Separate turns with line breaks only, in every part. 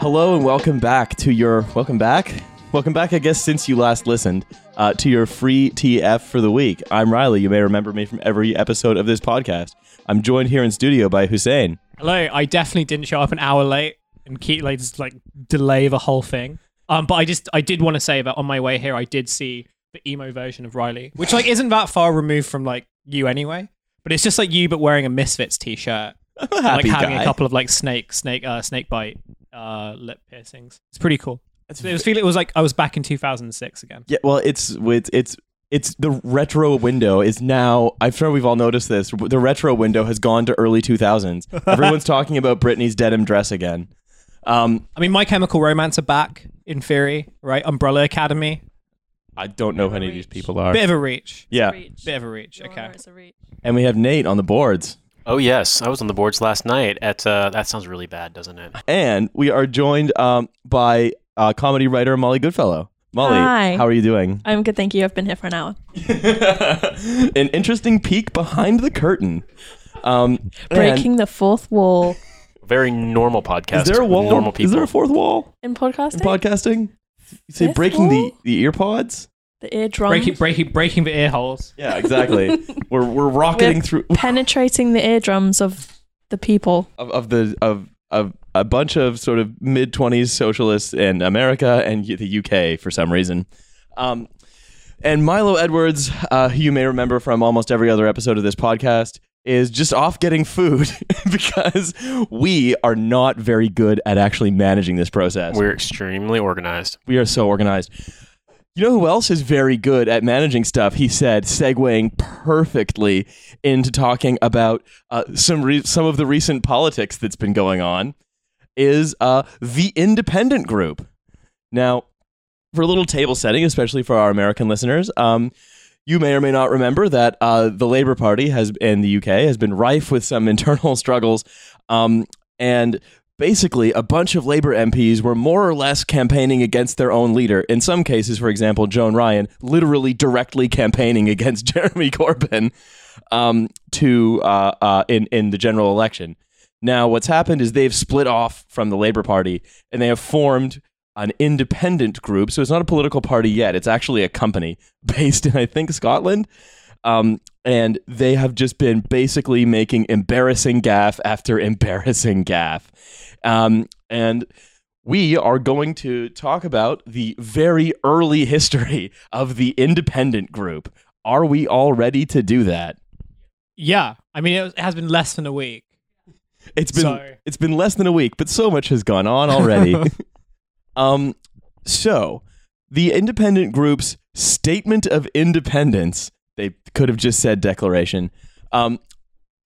Hello and welcome back to your welcome back. Welcome back, I guess, since you last listened uh, to your free TF for the week. I'm Riley. You may remember me from every episode of this podcast. I'm joined here in studio by Hussein.
Hello, I definitely didn't show up an hour late and keep like just like delay the whole thing. Um, but I just I did want to say that on my way here I did see the emo version of Riley, which like isn't that far removed from like you anyway. But it's just like you but wearing a Misfits t-shirt,
I'm a
and, like
happy
having
guy.
a couple of like snake snake uh snake bite uh lip piercings. It's pretty cool. It's, it was feel it was like I was back in 2006 again.
Yeah, well, it's it's it's it's the retro window is now. I'm sure we've all noticed this. The retro window has gone to early 2000s. Everyone's talking about Britney's denim dress again. Um,
I mean, My Chemical Romance are back in theory, right? Umbrella Academy,
I don't know who any of these people are.
bit of a reach,
Yeah,
Reach.
bit of a reach.
Your
Okay,
is a reach.
and we have Nate on the boards.
Oh yes, I was on the boards last night. At uh, that sounds really bad, doesn't it?
and we are joined um, by uh, comedy writer Molly Goodfellow. Molly,
Hi.
how are you doing?
I'm good, thank you. I've been here for an hour.
An interesting peek behind the curtain. Um,
Breaking the fourth wall
Very normal
and
podcast.
is there a
with
wall?
Normal people.
Is there a fourth wall
in
in
podcasting.
podcasting? You say
Fifth
breaking the,
wall?
the ear pods?
the eardrum,
breaking breaking breaking the ear holes.
Yeah, exactly. we're we're rocketing
We're-
through
penetrating the eardrums of the people.
of, of the of of a bunch of sort of mid twenties socialists in America and y- the UK for some reason. Um, and Milo Edwards, uh, who you may remember from almost every other episode of this podcast, is just off getting food because we are not very good at actually managing this process.
We're extremely organized.
We are so organized. You know who else is very good at managing stuff? He said, segueing perfectly into talking about uh, some re- some of the recent politics that's been going on. Is uh, the Independent Group now for a little table setting, especially for our American listeners? Um, you may or may not remember that uh, the Labour Party has in the UK has been rife with some internal struggles, um, and basically a bunch of Labour MPs were more or less campaigning against their own leader. In some cases, for example, Joan Ryan literally directly campaigning against Jeremy Corbyn um, to uh, uh, in in the general election. Now, what's happened is they've split off from the Labour Party and they have formed an independent group. So it's not a political party yet. It's actually a company based in, I think, Scotland. Um, and they have just been basically making embarrassing gaff after embarrassing gaff. Um, and we are going to talk about the very early history of the independent group. Are we all ready to do that?
Yeah, I mean, it, was- it has been less than a week.
It's been
Sorry.
it's been less than a week, but so much has gone on already. um, so the independent group's statement of independence, they could have just said declaration. Um,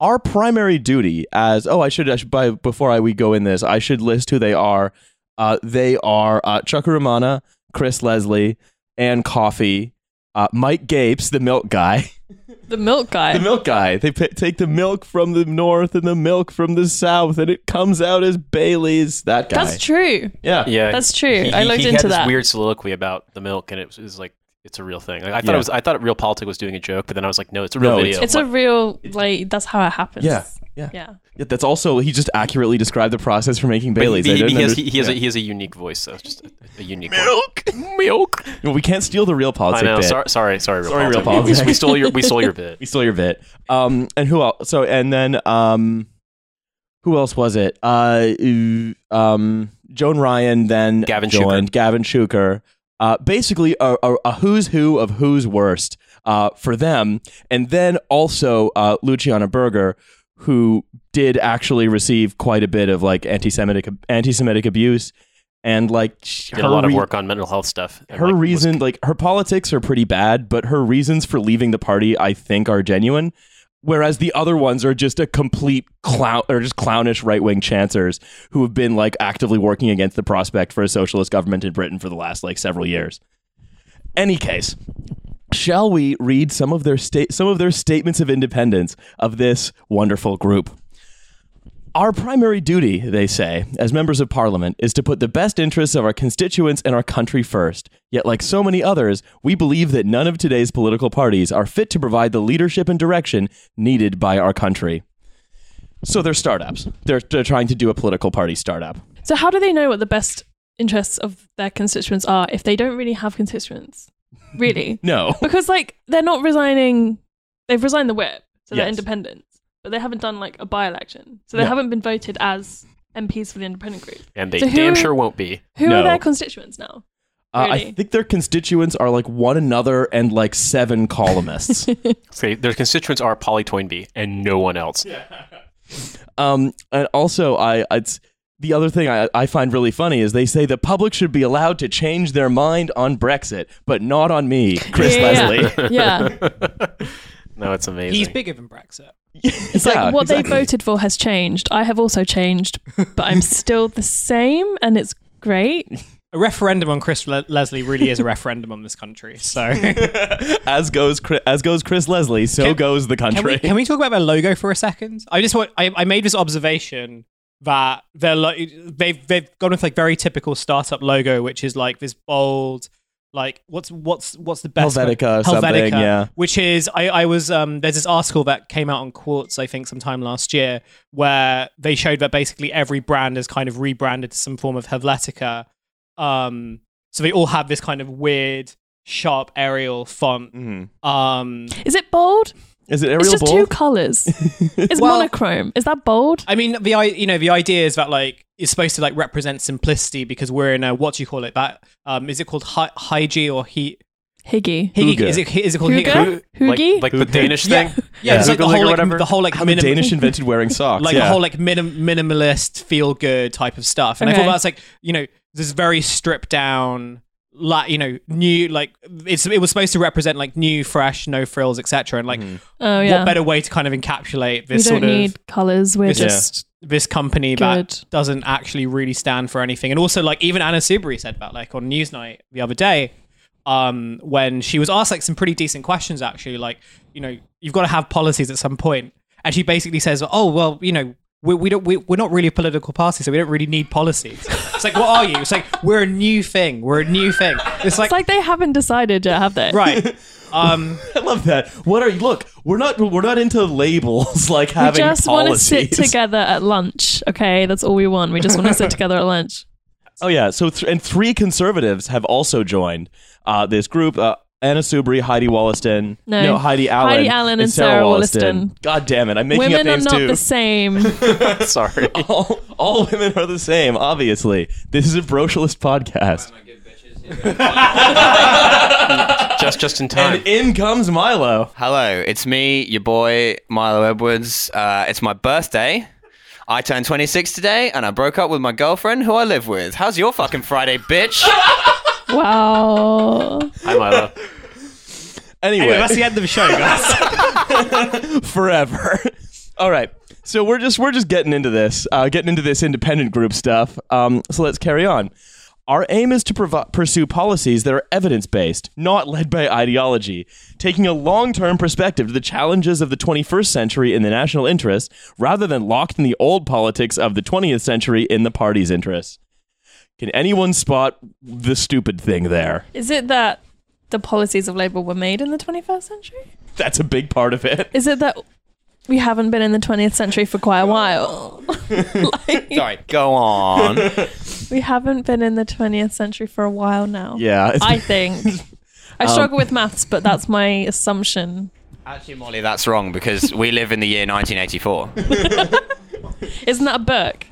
our primary duty as oh, I should, I should by before I we go in this, I should list who they are. Uh, they are uh, Chukaramana, Chris Leslie, Ann Coffee, uh, Mike Gapes, the milk guy.
The milk guy.
The milk guy. They p- take the milk from the north and the milk from the south, and it comes out as Bailey's. That guy.
That's true.
yeah.
Yeah,
That's true.
He,
I
he-
looked
he
into
had
that.
This weird soliloquy about the milk, and it was, it was like it's a real thing. Like, I thought
Yeah.
it was. I thought real politic was doing a joke, but then I was like, no, it's a real
No,
video.
It's a real like. That's how it happens.
Yeah, yeah.
Yeah.
Yeah, That's also he just accurately described the process for making
But
Bailey's.
He,
I
he,
didn't
he has,
under-
he, he has a,
Yeah.
he has a unique voice. So it's just a, a unique
milk.
One. Milk.
Well, we can't steal the real
I
politics.
know. Sorry, sorry, sorry, real
Sorry, Real
politic. We- we-
Politic.
We, stole your we stole your bit.
We stole your bit. Um, and who else? So and then um, who else was it? Uh, um, Joan Ryan. Then
Gavin
joined Gavin Shuker. Uh, basically a, a, a who's who of who's worst uh, for them, and then also uh, Luciana Berger, who did actually receive quite a bit of like anti-Semitic anti-Semitic abuse, and like she
Did a lot of work on mental health stuff. and,
her
like, was-
reason like her politics are pretty bad but her reasons for leaving the party i think are genuine whereas the other ones are just a complete clown or just clownish right-wing chancers who have been like actively working against the prospect for a socialist government in britain for the last like several years any case shall we read some of their state some of their statements of independence of this wonderful group Our primary duty, they say, as members of parliament, is to put the best interests of our constituents and our country first. Yet, like so many others, we believe that none of today's political parties are fit to provide the leadership and direction needed by our country. So they're startups. They're, they're trying to do a political party startup.
So how do they know what the best interests of their constituents are if they don't really have constituents? Really?
No.
because like they're not resigning they've resigned the whip, so they're
Yes.
independent. But they haven't done like a by election. So they
No.
haven't been voted as MPs for the independent group.
and they
So who-
damn sure won't be.
Who
No.
are their constituents now?
Uh, I
Really?
think their constituents are like one another and like seven columnists.
Okay, their constituents are Polly Toynbee and no one else.
Um, and also, I it's the other thing I, I find really funny is they say the public should be allowed to change their mind on Brexit, but not on me, Chris
Yeah, yeah,
Leslie.
Yeah.
No, it's amazing.
He's bigger than Brexit.
It's
Yeah,
like what
exactly.
they voted for has changed. I have also changed, but I'm still the same and it's great.
A referendum on Chris Le- Leslie really is a referendum on this country. So
As goes Chris, as goes Chris Leslie, so
Can-
goes the
Can we,
country.
can we talk about their logo for a second? I just want I, I made this observation that their lo- they've they've gone with like very typical startup logo, which is like this bold, like what's what's what's the best
Helvetica or something, yeah.
Which is I I was um there's this article that came out on Quartz I think sometime last year where they showed that basically every brand is kind of rebranded to some form of Helvetica, um so they all have this kind of weird sharp Arial font.
Mhm.
Um,
Is it bold?
Is it Ariel
It's just
Bold?
two colors. It's
Well-
monochrome. Is that bold?
I mean, the i you know the idea is that like it's supposed to like represent simplicity because we're in a what do you call it that um is it called hy- hygie or he
Higgy.
hygge?
Hygge.
is it is it called hygge?
Hygge?
like,
Hoogie?
like the Danish
Yeah,
thing.
yeah, it's like the
Hygge
whole
or
like,
whatever.
the whole like
How the
minim-
Danish invented wearing socks.
like
yeah.
the whole like minim- minimalist feel good type of stuff, and I
Okay.
thought that's like you know this very stripped down. Like you know, new like it's it was supposed to represent like new, fresh, no frills, etc. And like,
Oh yeah.
what better way to kind of encapsulate
we
this
don't
sort of
need colors. We're
this,
just
this company
Good.
that doesn't actually really stand for anything. And also, like even Anna Subri said that, like on Newsnight the other day, um, when she was asked like some pretty decent questions, actually, like you know, you've got to have policies at some point, and she basically says, "Oh well, you know." We, we don't we, we're not really a political party so we don't really need policies it's like what are you it's like we're a new thing we're a new thing it's like,
It's like they haven't decided yet, have they?
right um
I love that. What are you? Look, we're not we're not into labels like
We
having
just want to
policies.
sit together at lunch. Okay, that's all we want. We just want to sit together at lunch.
Oh yeah. So th- and three conservatives have also joined uh, this group. Uh, Anna Subri, Heidi Wollaston.
No.
Heidi Allen.
Heidi Allen and Sarah Wollaston.
God damn it! I'm making
Women
up
are
names
not
too.
the same.
Sorry.
all, all women are the same. Obviously, this is a brochurelist podcast.
just just in time.
And in comes Milo.
Hello, it's me, your boy Milo Edwards. Uh, it's my birthday. I turned 26 today, and I broke up with my girlfriend, who I live with. How's your fucking Friday, bitch?
wow.
Hi Milo.
Anyway,
anyway, that's the end of the show guys
forever. All right. So we're just we're just getting into this, uh, getting into this independent group stuff. Um, so let's carry on. Our aim is to provi- pursue policies that are evidence based, not led by ideology, taking a long term perspective to the challenges of the 21st century in the national interest, rather than locked in the old politics of the 20th century in the party's interest. Can anyone spot the stupid thing there?
Is it that the policies of Labour were made in the 21st century?
That's a big part of it.
Is it that we haven't been in the 20th century for quite a while? Oh. like,
Sorry, go on.
we haven't been in the 20th century for a while now.
Yeah. Um, it's-
I think. I struggle with maths, but that's my assumption.
Actually, Molly, that's wrong because we live in the year 1984.
Isn't that a book?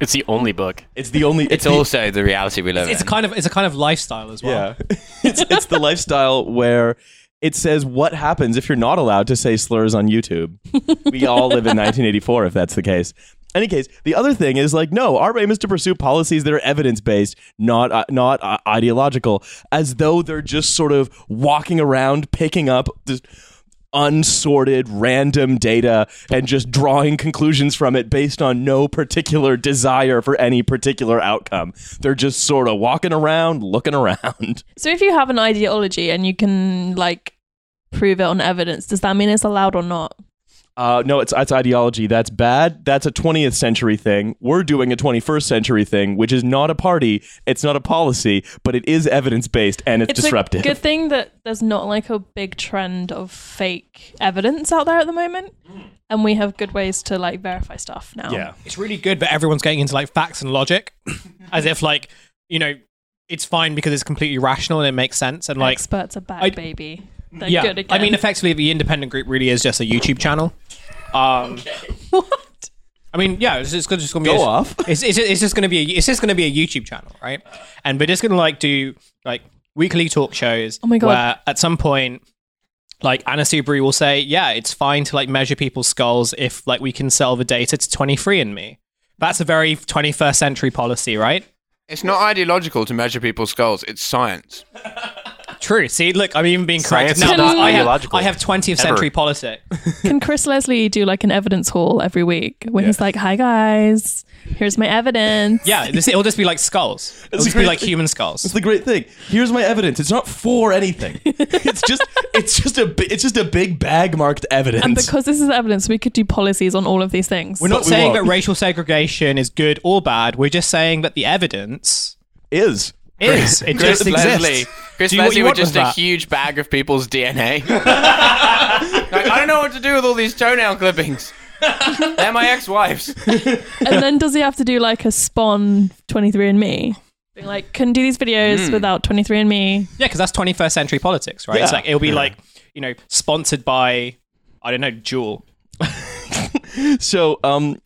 It's the only book.
it's the only.
It's
the-
also the reality we live
it's a
in.
kind of it's a kind of lifestyle as well
Yeah. it's it's the lifestyle where it says what happens if you're not allowed to say slurs on YouTube. We all live in 1984 if that's the case. Any case, the other thing is like no, our aim is to pursue policies that are evidence based, not uh, not uh, ideological, as though they're just sort of walking around picking up this unsorted random data and just drawing conclusions from it based on no particular desire for any particular outcome. They're just sort of walking around, looking around.
So if you have an ideology and you can like prove it on evidence, does that mean it's allowed or not?
Uh, no, it's it's ideology. That's bad. That's a 20th century thing. We're doing a 21st century thing, which is not a party. It's not a policy, but it is evidence based and it's,
It's
disruptive.
a good thing that there's not like a big trend of fake evidence out there at the moment,
Hmm.
and we have good ways to like verify stuff now.
yeah.
It's really good, but everyone's getting into like facts and logic, as if like you know it's fine because it's completely rational and it makes sense. And like,
Experts are back,
I-
baby. They're
yeah,
good again.
I mean, effectively, the independent group really is just a YouTube channel. Um,
what?
I mean, yeah, it's just, it's just gonna be
Go
a-
off.
It's, it's, it's just gonna be a, it's just gonna be a YouTube channel, right? And we're just gonna like do like weekly talk shows.
Oh my God.
Where at some point, like Anna Subri will say, "Yeah, it's fine to like measure people's skulls if like we can sell the data to 23andMe." That's a very 21st century policy, right?
It's not ideological to measure people's skulls. It's science.
True. See, look, I'm even being corrected
Science
now.
is not
I have,
ideological.
I have 20th century
Ever.
politics.
Can Chris Leslie do like an evidence haul every week when he's like, "Hi guys, here's my evidence."
Yeah, this, it'll just be like skulls. It'll
It's
just be
great.
like human skulls.
It's the great thing. Here's my evidence. It's not for anything. it's just it's just a bi- it's just a big bag marked evidence.
And because this is evidence, we could do policies on all of these things.
We're not
But we
saying
won't.
that racial segregation is good or bad. We're just saying that the evidence
is
is. It
Chris
just exists.
Leslie. Chris
Do what
Leslie
you
with
want
just
with
a
that.
huge bag of people's DNA. Like, I don't know what to do with all these toenail clippings. They're my ex-wives.
and then does he have to do like a spawn 23andMe? Being like, couldn't do these videos
Hmm.
without 23andMe.
Yeah, because that's 21st century politics, right? It's
Yeah.
like it'll be like you know sponsored by I don't know Jewel.
so. Um,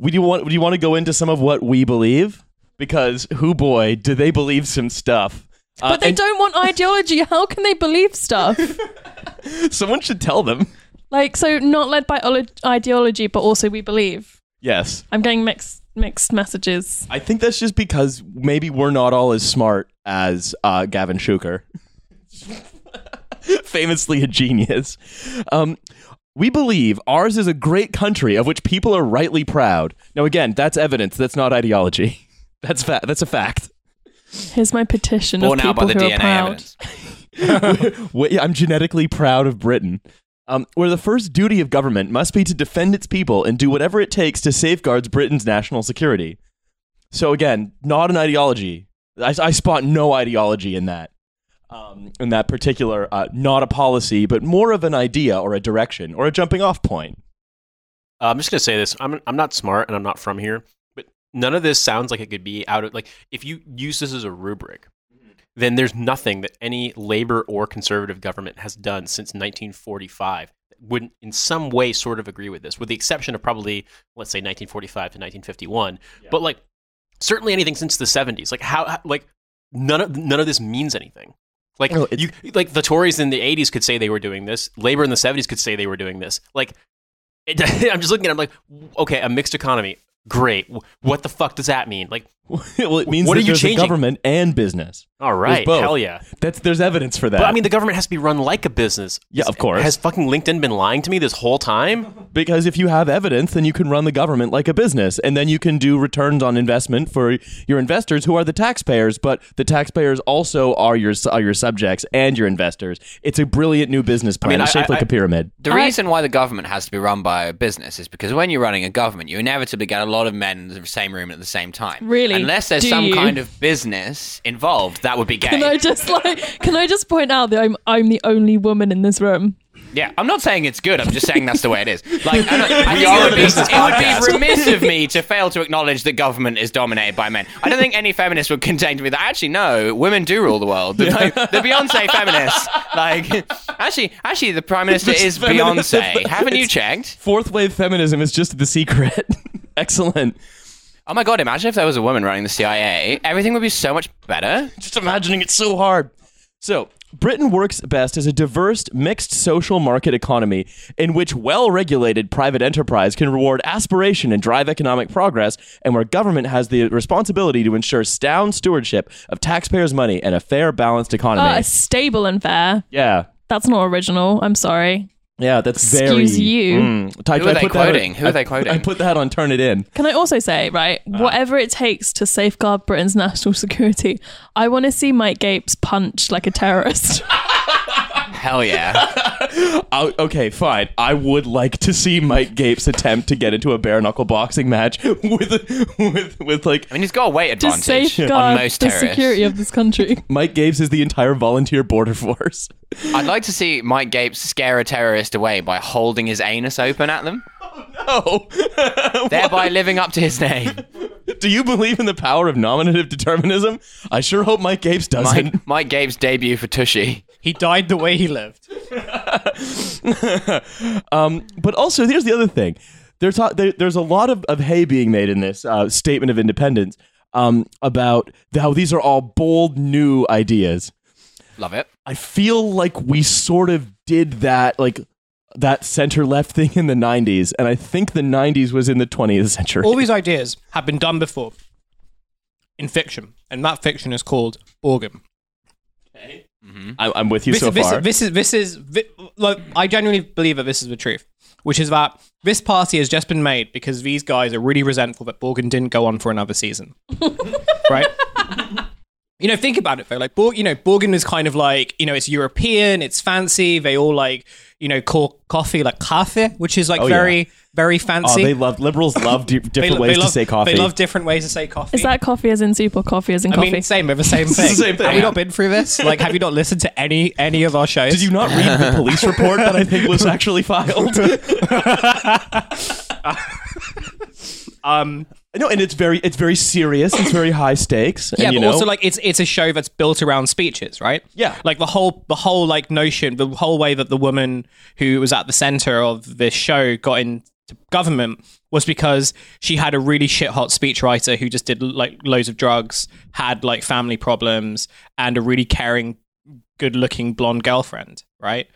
we do want. Do you want to go into some of what we believe? Because who boy, do they believe some stuff? Uh,
But they
and
don't want ideology. How can they believe stuff?
Someone should tell them.
like, so not led by olo- ideology, but also we believe.
Yes,
I'm getting mixed mixed messages.
I think that's just because maybe we're not all as smart as uh, Gavin Shuker, famously a genius. Um, we believe ours is a great country of which people are rightly proud. Now, again, that's evidence. That's not ideology. That's fa- That's a fact.
Here's my petition
Borne
of
out
people
by the
who
DNA
are proud.
evidence.
We- I'm genetically proud of Britain. Um, where the first duty of government must be to defend its people and do whatever it takes to safeguard Britain's national security. So again, not an ideology. I, I spot no ideology in that, um, in that particular, uh, not a policy, but more of an idea or a direction or a jumping off point.
Uh, I'm just gonna say this. I'm I'm not smart and I'm not from here, but none of this sounds like it could be out of like if you use this as a rubric, then there's nothing that any labor or conservative government has done since 1945 that wouldn't in some way sort of agree with this, with the exception of probably let's say 1945 to 1951. But like certainly anything since the 70s. Like how, how like none of none of this means anything. Like
No, it's-
you like the Tories in the 80s could say they were doing this. Labor in the 70s could say they were doing this. Like it, I'm just looking at. It, I'm like, okay, a mixed economy, great. W- What the fuck does that mean? Like,
well, it means
What
that
are you
there's a
changing?
government and business.
all right,
both.
hell yeah.
That's there's evidence for that.
But I mean, the government has to be run like a business.
Yeah, of course.
Has fucking LinkedIn been lying to me this whole time?
because if you have evidence, then you can run the government like a business, and then you can do returns on investment for your investors, who are the taxpayers. But the taxpayers also are your are your subjects and your investors. It's a brilliant new business plan.
mean,
it's
I-
shaped
I-
like a pyramid.
The reason why the government has to be run by a business is because when you're running a government, you inevitably get a lot of men in the same room at the same time.
Really?
Unless there's
Do
some
you?
kind of business involved, that would be gay.
Can I just like? Can I just point out that I'm I'm the only woman in this room?
Yeah, I'm not saying it's good. I'm just saying that's the way it is. Like, I don't- I
We
think
are
it would
a
be,
business
it would be remiss of me to fail to acknowledge that government is dominated by men. I don't think any feminist would contend with me that actually no, women do rule the world. The, the Beyonce feminists, like, actually, actually, the prime minister
This
is
feminist-
Beyonce. Haven't you
it's-
checked?
Fourth wave feminism is just the secret. Excellent.
Oh my god! Imagine if there was a woman running the CIA. Everything would be so much better.
Just imagining it so hard. So, Britain works best as a diverse, mixed social market economy in which well regulated private enterprise can reward aspiration and drive economic progress, and where government has the responsibility to ensure sound stewardship of taxpayers' money and a fair, balanced economy.
Ah, stable and fair.
yeah.
That's not original. I'm sorry.
Yeah, that's very.
Excuse you.
Hmm.
I-
Who are
I put
they
that on-
quoting? Who are they
I-
quoting?
I put that on Turn It In.
Can I also say, right, whatever it takes to safeguard Britain's national security, I want to see Mike Gapes punch like a terrorist.
Hell yeah!
Oh, okay, fine. I would like to see Mike Gapes attempt to get into a bare knuckle boxing match with with with like
I mean, he's got a weight
to
advantage on
safeguard
most
the
terrorists.
security of this country.
Mike Gapes is the entire volunteer border force.
I'd like to see Mike Gapes scare a terrorist away by holding his anus open at them,
Oh,
thereby living up to his name.
do you believe in the power of nominative determinism? I sure hope Mike Gapes doesn't.
Mike, Mike Gapes' debut for Tushy.
He died the way he lived.
Um, but also, here's the other thing. There's a, there, there's a lot of, of hay being made in this uh, statement of independence um, about how these are all bold new ideas.
Love it.
I feel like we sort of did that, like that center left thing in the 90s. And I think the 90s was in the 20th century.
All these ideas have been done before in fiction, and that fiction is called Organ.
I, I'm with you
This,
so
this,
far.
this is this is thi- like I genuinely believe that this is the truth, which is that this party has just been made because these guys are really resentful that Borgen didn't go on for another season, right? You know, think about it though. Like, Borg, you know, Borgen is kind of like you know, it's European, it's fancy. They all like you know call coffee like kafe, which is like
Oh, yeah.
very very
oh,
fancy.
they love, liberals love di- different
lo-
ways to
love,
say coffee.
They love different ways to say coffee.
Is that coffee as in soup or coffee as in
I
coffee?
mean, same, we're the same thing.
same thing.
Have you not been through this? Like, have you not listened to any any of our shows?
did you not read the police report that I think was actually filed?
Um,
no, and it's very it's very serious. It's very high stakes.
yeah,
and, you
but
know,
also like it's it's a show that's built around speeches, right?
Yeah.
like the whole the whole like notion, the whole way that the woman who was at the center of this show got into government was because she had a really shit hot speechwriter who just did like loads of drugs, had like family problems, and a really caring, good looking blonde girlfriend, right?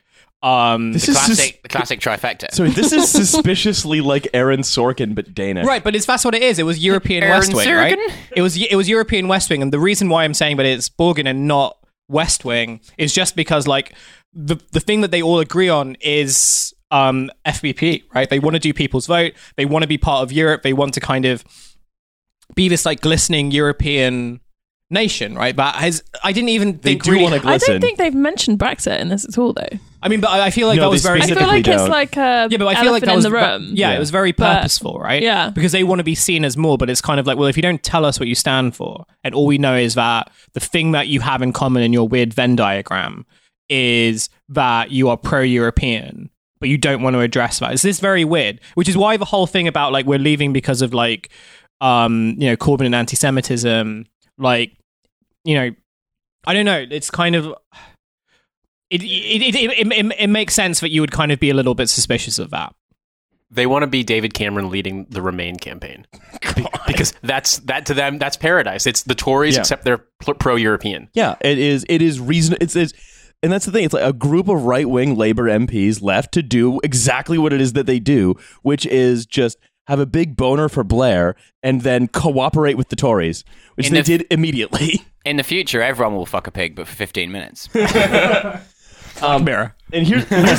Um,
this is sus-
Classic, the classic trifecta.
so this is suspiciously like Aaron Sorkin, but Dana.
Right, but it's that's what it is. It was European
Aaron
West Wing,
Sorkin?
right? It was it was European West Wing, and the reason why I'm saying that it's Borgen and not West Wing is just because like the the thing that they all agree on is um FBP, right? They want to do people's vote. They want to be part of Europe. They want to kind of be this like glistening European nation, right? But has I didn't even
They
think
do
really-
want to
I
glisten.
don't think they've mentioned Brexit in this at all, though.
I mean, but I I feel like
No,
that
they
was very
I feel
Specifically
like it's
don't.
like a
yeah, but I
elephant
feel like that
in
was
the
ve-
room.
Yeah, it was very
But-
purposeful, right?
yeah.
because they want to be seen as more, but it's kind of like, well, if you don't tell us what you stand for, and all we know is that the thing that you have in common in your weird Venn diagram is that you are pro-European, but you don't want to address that. It's this very weird, which is why the whole thing about like we're leaving because of like, um, you know, Corbyn and anti-Semitism, like, you know, I don't know. It's kind of it it, it, it, it it makes sense that you would kind of be a little bit suspicious of that.
They want to be David Cameron leading the Remain campaign Be- because that's that to them that's paradise. It's the Tories
Yeah.
except they're pl- pro-European.
Yeah, it is. It is reason. It's, it's and that's the thing. It's like a group of right wing Labour MPs left to do exactly what it is that they do, which is just have a big boner for Blair and then cooperate with the Tories, which
In
they
the-
did immediately.
In the future, everyone will fuck a pig, but for 15 minutes.
Um, Mirror.
And here's here's,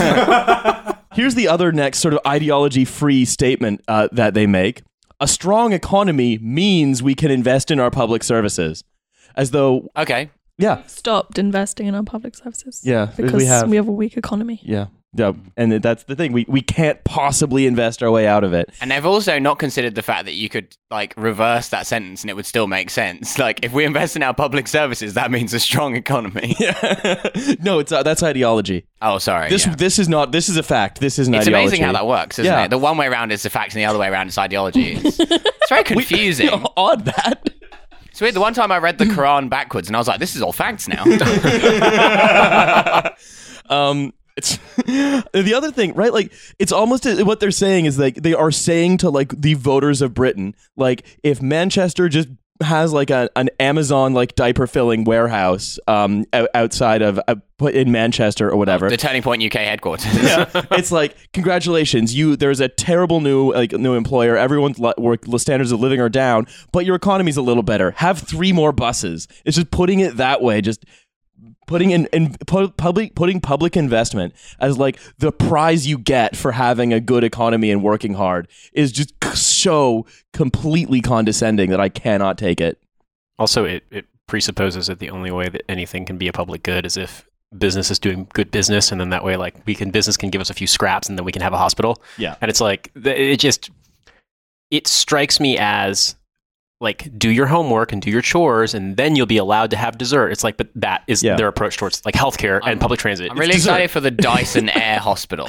here's the other next sort of ideology free statement uh, that they make. A strong economy means we can invest in our public services, as though
Okay.
yeah,
stopped investing in our public services.
Yeah, we
because we
have.
have, a weak economy.
yeah, yeah. And that's the thing. We we can't possibly invest our way out of it.
And they've also not considered the fact that you could, like, reverse that sentence and it would still make sense. Like, if we invest in our public services, that means a strong economy.
no, it's uh, that's ideology.
Oh, sorry.
This
yeah.
this is not. This is a fact. This is an
It's
ideology.
amazing how that works, isn't
Yeah.
it? The one way around is the facts, and the other way around is ideology. It's, it's very confusing.
How odd that.
It's weird. The one time I read the Quran backwards, and I was like, "This is all facts now."
Um, it's the other thing, right? Like, it's almost uh, what they're saying is like they are saying to like the voters of Britain, like if Manchester just has like a, an Amazon like diaper filling warehouse um o- outside of uh, in Manchester or whatever.
Oh, the Turning Point UK headquarters.
it's like congratulations you there's a terrible new like new employer everyone's li- work standards of living are down but your economy's a little better have three more buses it's just putting it that way just putting in, in pu- public putting public investment as like the prize you get for having a good economy and working hard is just c- so completely condescending that i cannot take it
Also, it, it presupposes that the only way that anything can be a public good is if business is doing good business, and then that way, like, we can business can give us a few scraps, and then we can have a hospital.
Yeah.
and it's like th- it just it strikes me as like do your homework and do your chores, and then you'll be allowed to have dessert. It's like, but that is
Yeah.
their approach towards like healthcare and public transit.
I'm really excited for the Dyson Air Hospital.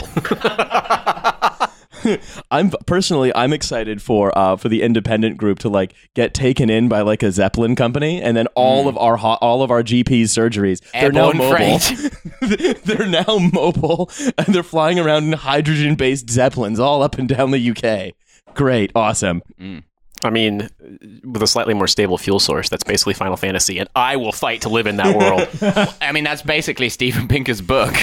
I'm personally I'm excited for uh, for the independent group to like get taken in by like a Zeppelin company, and then all of our ho- all of our GP's surgeries they're now
Airborne
mobile. they're now mobile, and they're flying around in hydrogen based Zeppelins all up and down the UK. Great, awesome.
I mean, with a slightly more stable fuel source, that's basically Final Fantasy, and I will fight to live in that world.
I mean, that's basically Steven Pinker's book.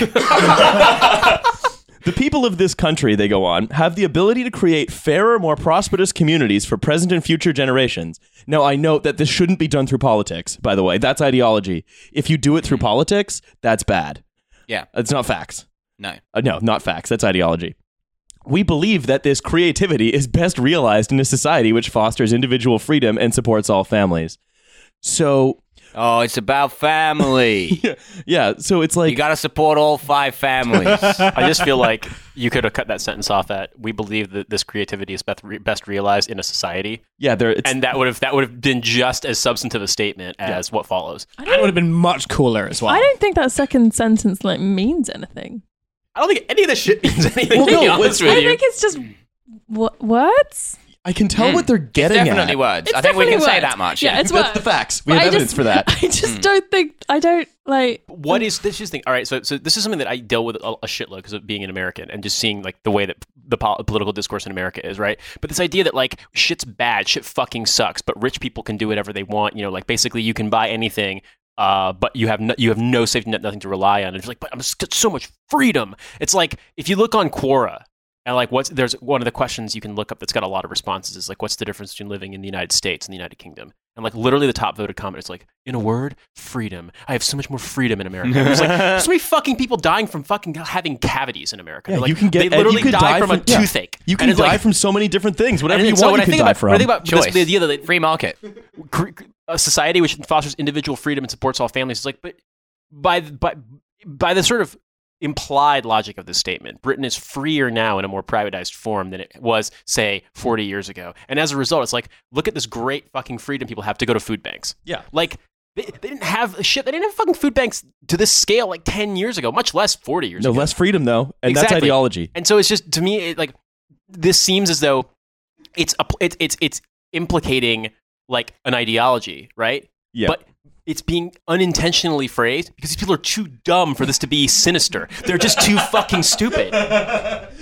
The people of this country, they go on, have the ability to create fairer, more prosperous communities for present and future generations. Now, I note that this shouldn't be done through politics, by the way. That's ideology. If you do it through politics, that's bad.
Hmm. yeah.
It's not facts.
No.
Uh, no, not facts. That's ideology. We believe that this creativity is best realized in a society which fosters individual freedom and supports all families. So,
Oh, it's about family.
yeah, so it's
you
like
got to support all five families.
I just feel like you could have cut that sentence off at "We believe that this creativity is best, best realized in a society,"
yeah, there it's
and that would have that would have been just as substantive a statement as what follows.
That would have been much cooler as well.
I don't think that second sentence like means anything.
I don't think any of this shit means anything.
Well,
to be
no, it's-
honest with
I
you.
think it's just w- words.
I can tell what they're getting at.
Hmm. Definitely words.
It's
I think we
definitely
can say
words.
that much.
Yeah, it's
That's
words.
the facts. We
But
have
I
evidence
just-
for that.
I just
Hmm.
don't think I don't like.
what is this is the thing? All right, so so this is something that I deal with a, a shitload because of being an American and just seeing like the way that the pol- political discourse in America is, right? But this idea that like shit's bad, shit fucking sucks, but rich people can do whatever they want, you know, like basically you can buy anything. Uh, but you have no, you have no safety net, nothing to rely on. It's like, but I'm just got so much freedom. It's like if you look on Quora and like what's there's one of the questions you can look up that's got a lot of responses is like what's the difference between living in the United States and the United Kingdom? And like literally the top voted comment is like, in a word, freedom. I have so much more freedom in America. There's like so many fucking people dying from fucking having cavities in America.
Yeah,
They're, like,
you can get
they literally
you could
die, from, a
yeah.
toothache.
You can
And it's
die
like-
from so many different things.
and
Whatever you
so
want,
when
you
I
can
think
die
about,
from.
when I think about this-
Choice.
the idea that
Free market.
cre- a society which fosters individual freedom and supports all families is like but by by by the sort of implied logic of this statement britain is freer now in a more privatized form than it was say 40 years ago and as a result it's like look at this great fucking freedom people have to go to food banks
Yeah.
like they, they didn't have shit they didn't have fucking food banks to this scale like 10 years ago much less 40 years
no
ago
less freedom though, and that's
Exactly.
ideology.
and so it's just to me, it, like this seems as though it's a, it's it's it's implicating like an ideology, right?
Yeah.
But it's being unintentionally phrased because these people are too dumb for this to be sinister. They're just too fucking stupid.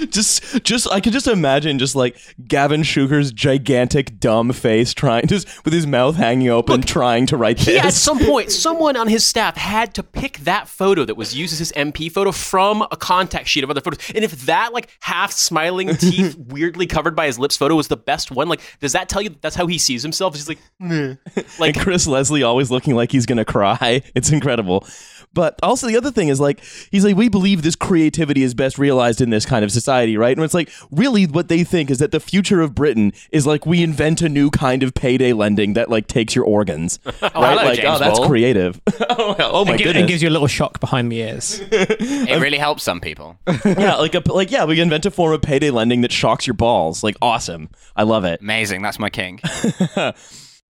Just, just I could just imagine just like Gavin Sugar's gigantic dumb face trying, just with his mouth hanging open, trying to write
He, at
this.
some point, someone on his staff had to pick that photo that was used as his MP photo from a contact sheet of other photos. And if that, like, half smiling teeth weirdly covered by his lips photo was the best one, like, does that tell you that that's how he sees himself? He's like, "Meh." like,
and Chris Leslie always looking like he's gonna cry. It's incredible. But also the other thing is like he's like we believe this creativity is best realized in this kind of society, right? And it's like really what they think is that the future of Britain is like we invent a new kind of payday lending that like takes your organs, right?
hello,
like
James
oh, that's
Ball.
creative. oh, oh my
It gi- it
goodness.
gives you a little shock behind the ears.
Oh.
It really helps some people.
yeah, like a, like yeah, we invent a form of payday lending that shocks your balls. Like awesome, I love it.
Amazing. That's my king.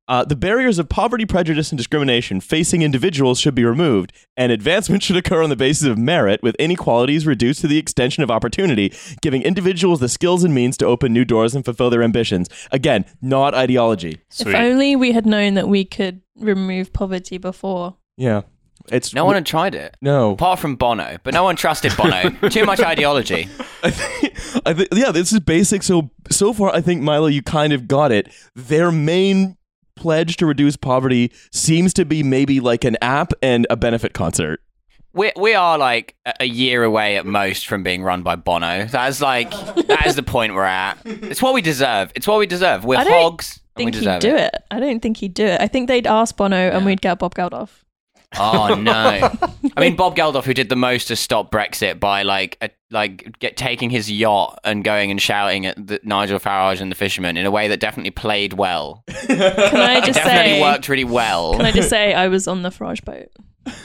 Uh, the barriers of poverty, prejudice, and discrimination facing individuals should be removed, and advancement should occur on the basis of merit, with inequalities reduced to the extension of opportunity, giving individuals the skills and means to open new doors and fulfill their ambitions. Again, not ideology.
If only we had known that we could remove poverty before.
Yeah, it's
No one had tried it.
No,
Apart from Bono, but no one trusted Bono. Too much ideology.
I think, I think, yeah, this is basic. So so far, I think Milo, you kind of got it. Their main pledge to reduce poverty seems to be maybe like an app and a benefit concert.
We we are like a- a year away at most from being run by Bono. That's like that is the point we're at. It's what we deserve. It's what we deserve. We're
I don't
hogs.
I think
and we
he'd
deserve
do it. I don't think he'd do it. I think they'd ask Bono and we'd get Bob Geldof.
Oh no! I mean, Bob Geldof, who did the most to stop Brexit by like a like get, taking his yacht and going and shouting at the, Nigel Farage and the fishermen in a way that definitely played well.
Can I just
definitely
say?
worked really well.
Can I just say I was on the Farage boat?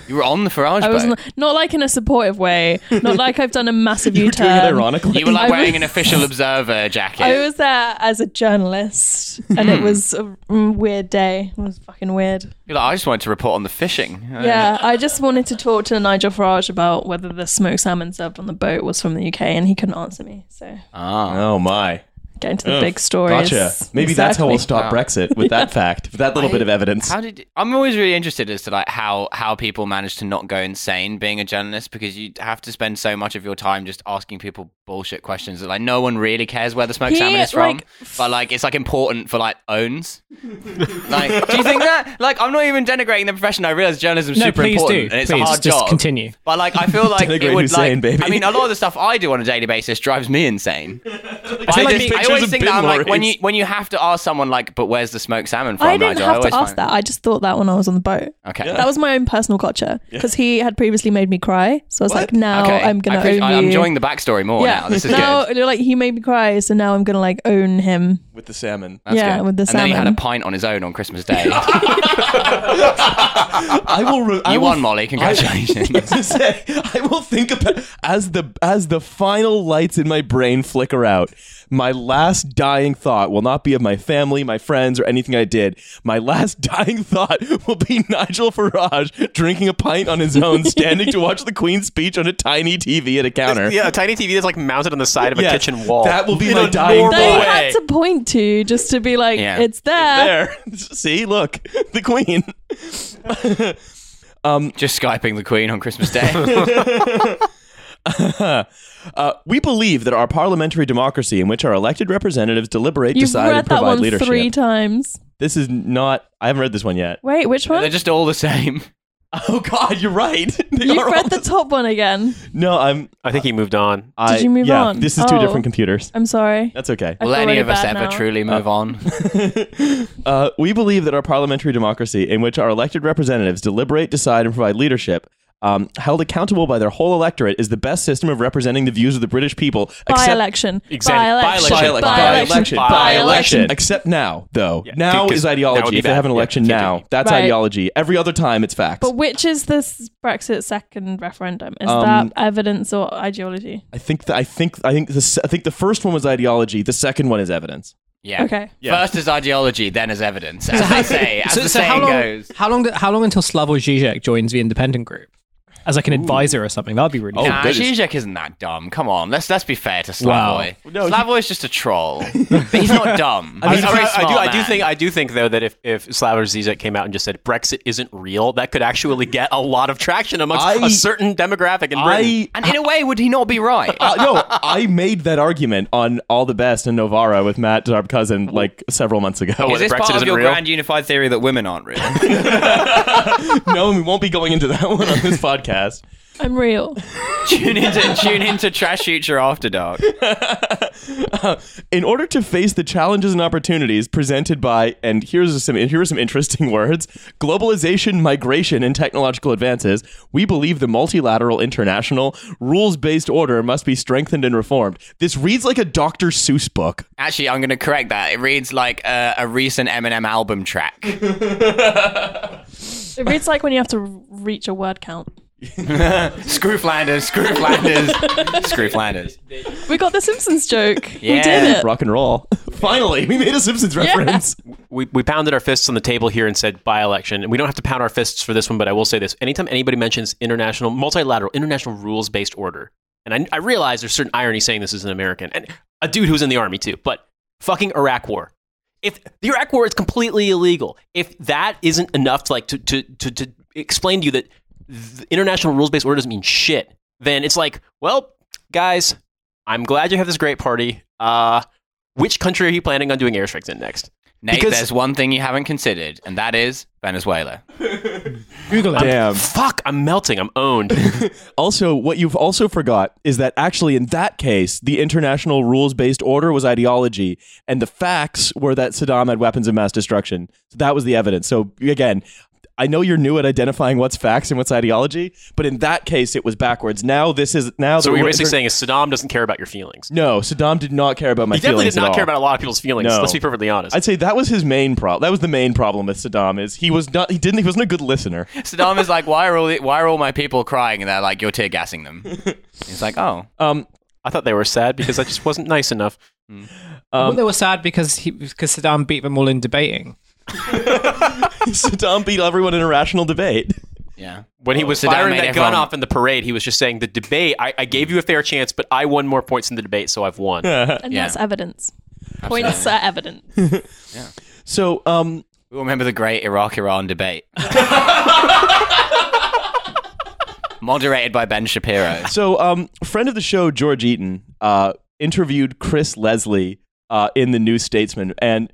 you were on the Farage
I was on
boat.
the, not like in a supportive way, not like I've done a massive
You were
U-turn.
doing it ironically.
you were like
I
wearing
was-
an official observer jacket.
I was there as a journalist, and
Hmm.
it was a mm, weird day. It was fucking weird.
You're like, I just wanted to report on the fishing.
Yeah, I just wanted to talk to Nigel Farage about whether the smoked salmon served on the boat was from the UK, and he couldn't answer me. So
Ah.
oh my.
get into the
Ugh,
big stories.
Gotcha. Maybe that's how
Exactly.
we'll stop Brexit with that fact, with that little bit of evidence.
How did I'm always really interested as to like how how people manage to not go insane being a journalist because you have to spend so much of your time just asking people bullshit questions that like no one really cares where the smoked
He,
salmon is from,
like, f-
but like it's like important for like owns. like, do you think that? Like, I'm not even denigrating the profession. I realize journalism's
No,
super
please
important
do.
and it's a
Please,
hard
just
job.
continue.
But like, I feel like it
Denigrate
would
Hussein,
like.
baby.
I mean, a lot of the stuff I do on a daily basis drives me insane. But
Take
I,
these
just,
pictures
I always
of
think
bin
that I'm like when you
lorries.
when you have to ask someone like, but where's the smoked salmon from?
I didn't
Nigel?
have
always
to ask
find-
that. I just thought that when I was on the boat.
Okay.
That was my own personal gotcha because he had previously made me cry. So I was like, now
okay.
I'm gonna
I appreciate-
own
I-
you.
I'm enjoying the backstory more now. This is
now
good.
you're like he made me cry, so now I'm gonna like own him.
with the salmon.
That's
yeah,
good.
with the
and then he had a
salmon.
pint on his own on Christmas Day.
I will. Re- I
you
will
won, Molly. Congratulations.
to say, I will think about as the as the final lights in my brain flicker out. My last dying thought will not be of my family, my friends, or anything I did. My last dying thought will be Nigel Farage drinking a pint on his own, standing to watch the Queen's speech on a tiny TV at a counter.
Yeah, a tiny TV that's like mounted on the side of a
Yes,
kitchen wall.
That will be
In
my
a
dying
normal
They
thought.
way.
had to point to just to be like,
Yeah.
it's there.
There, see, look, the Queen.
Just skyping the Queen on Christmas Day.
Uh, we believe that our parliamentary democracy, in which our elected representatives deliberate,
You've
decide,
read
and
that
provide
one
leadership.
three times.
This is not. I haven't read this one yet.
Wait, which
They're
one?
just all the same.
Oh God, you're right. They
You've
are all
read the top one again.
the- no, I'm.
I think he moved on.
I,
you move
yeah,
on?
This is two
Oh.
different computers.
I'm sorry.
That's okay.
I
Will
feel
any
really
of us
bad
ever
now.
truly move on?
Uh, we believe that our parliamentary democracy, in which our elected representatives deliberate, decide, and provide leadership, um, held accountable by their whole electorate, is the best system of representing the views of the British people.
By
except
election.
Exactly.
By election.
by election, by election, by
by-election.
election. Except now, though.
Yeah,
now
'cause
is
that would
ideology.
be
If they
bad.
have an
Yeah,
election
can't do
now,
it.
that's
Right.
ideology. Every other time, it's facts.
But which is this Brexit second referendum? Is
Um,
that evidence or ideology?
I think. The, I think. I think. The, s- I think the first one was ideology. The second one is evidence.
Yeah.
Okay.
Yeah.
First is ideology, then is evidence. As they say, as the
how
saying
long?
goes.
How long? How long until Slavoj Žižek joins the independent group as like an advisor or something? That'd be really.
Oh,
Nah,
that is-
Zizek isn't that dumb. Come on, let's let's be fair to
Wow.
Slavoy. Slavoy's just a troll. but he's not dumb.
I,
he's
mean,
a very
I, I do,
smart
I do
man.
think I do think though that if if Slavoj Zizek came out and just said Brexit isn't real, that could actually get a lot of traction amongst
I-
a certain demographic in Britain.
I
And in a way, would he not be right?
uh, no, I made that argument on All the Best in Novara with Matt, our cousin, like several months ago.
Oh,
Is
whether
this
Brexit
part of
isn't
your
real?
grand unified theory that women aren't real?
no, we won't be going into that one on this podcast.
I'm real.
tune into tune into Trash Future After Dark.
In order to face the challenges and opportunities presented by, and here's some here are some interesting words: globalization, migration, and technological advances. We believe the multilateral, international, rules-based order must be strengthened and reformed. This reads like a Dr. Seuss book.
Actually, I'm going to correct that. It reads like a, a recent Eminem album track.
It reads like when you have to reach a word count.
screw Flanders, screw Flanders, screw Flanders.
We got the Simpsons joke. We
Yeah.
did it.
Rock and roll. Finally, we made a Simpsons reference.
we, we pounded our fists on the table here and said by election. And we don't have to pound our fists for this one, but I will say this. Anytime anybody mentions international, multilateral, international rules based order, and I, I realize there's certain irony saying this is an American and a dude who's in the army too, but fucking Iraq war. If the Iraq war is completely illegal, if that isn't enough to like to, to, to, to explain to you that the international rules based order doesn't mean shit, then it's like, well, guys, I'm glad you have this great party. Uh, which country are you planning on doing airstrikes in next?
Nate,
Because-
there's one thing you haven't considered, and that is Venezuela.
Google it.
Damn.
Fuck, I'm melting. I'm owned.
Also, what you've also forgot is that actually in that case, the international rules-based order was ideology, and the facts were that Saddam had weapons of mass destruction. So that was the evidence. So again, I know you're new at identifying what's facts and what's ideology, but in that case, it was backwards. Now this is now.
So
the
what you're
wor-
basically saying is Saddam doesn't care about your feelings.
no, Saddam did not care about my
He definitely
feelings
did
at
not
all.
care about a lot of people's feelings.
No.
Let's be perfectly honest.
I'd say that was his main problem. That was the main problem with Saddam is he was not he didn't he wasn't a good listener.
Saddam is like, why are all the, why are all my people crying? And they're like, you're tear gassing them. He's like, oh,
Um,
I thought they were sad because I just wasn't nice enough.
Well,
Um,
they were sad because he because Saddam beat them all in debating.
Saddam beat everyone in a rational debate.
yeah.
When he was
Saddam
firing
made
that gun
everyone-
off in the parade, he was just saying the debate. I, I gave you a fair chance, but I won more points in the debate, so I've won.
And
Yeah.
that's evidence. Points are evidence.
So um,
We all remember the great Iraq-Iran debate, moderated by Ben Shapiro.
so um, friend of the show George Eaton uh, interviewed Chris Leslie uh, in the New Statesman and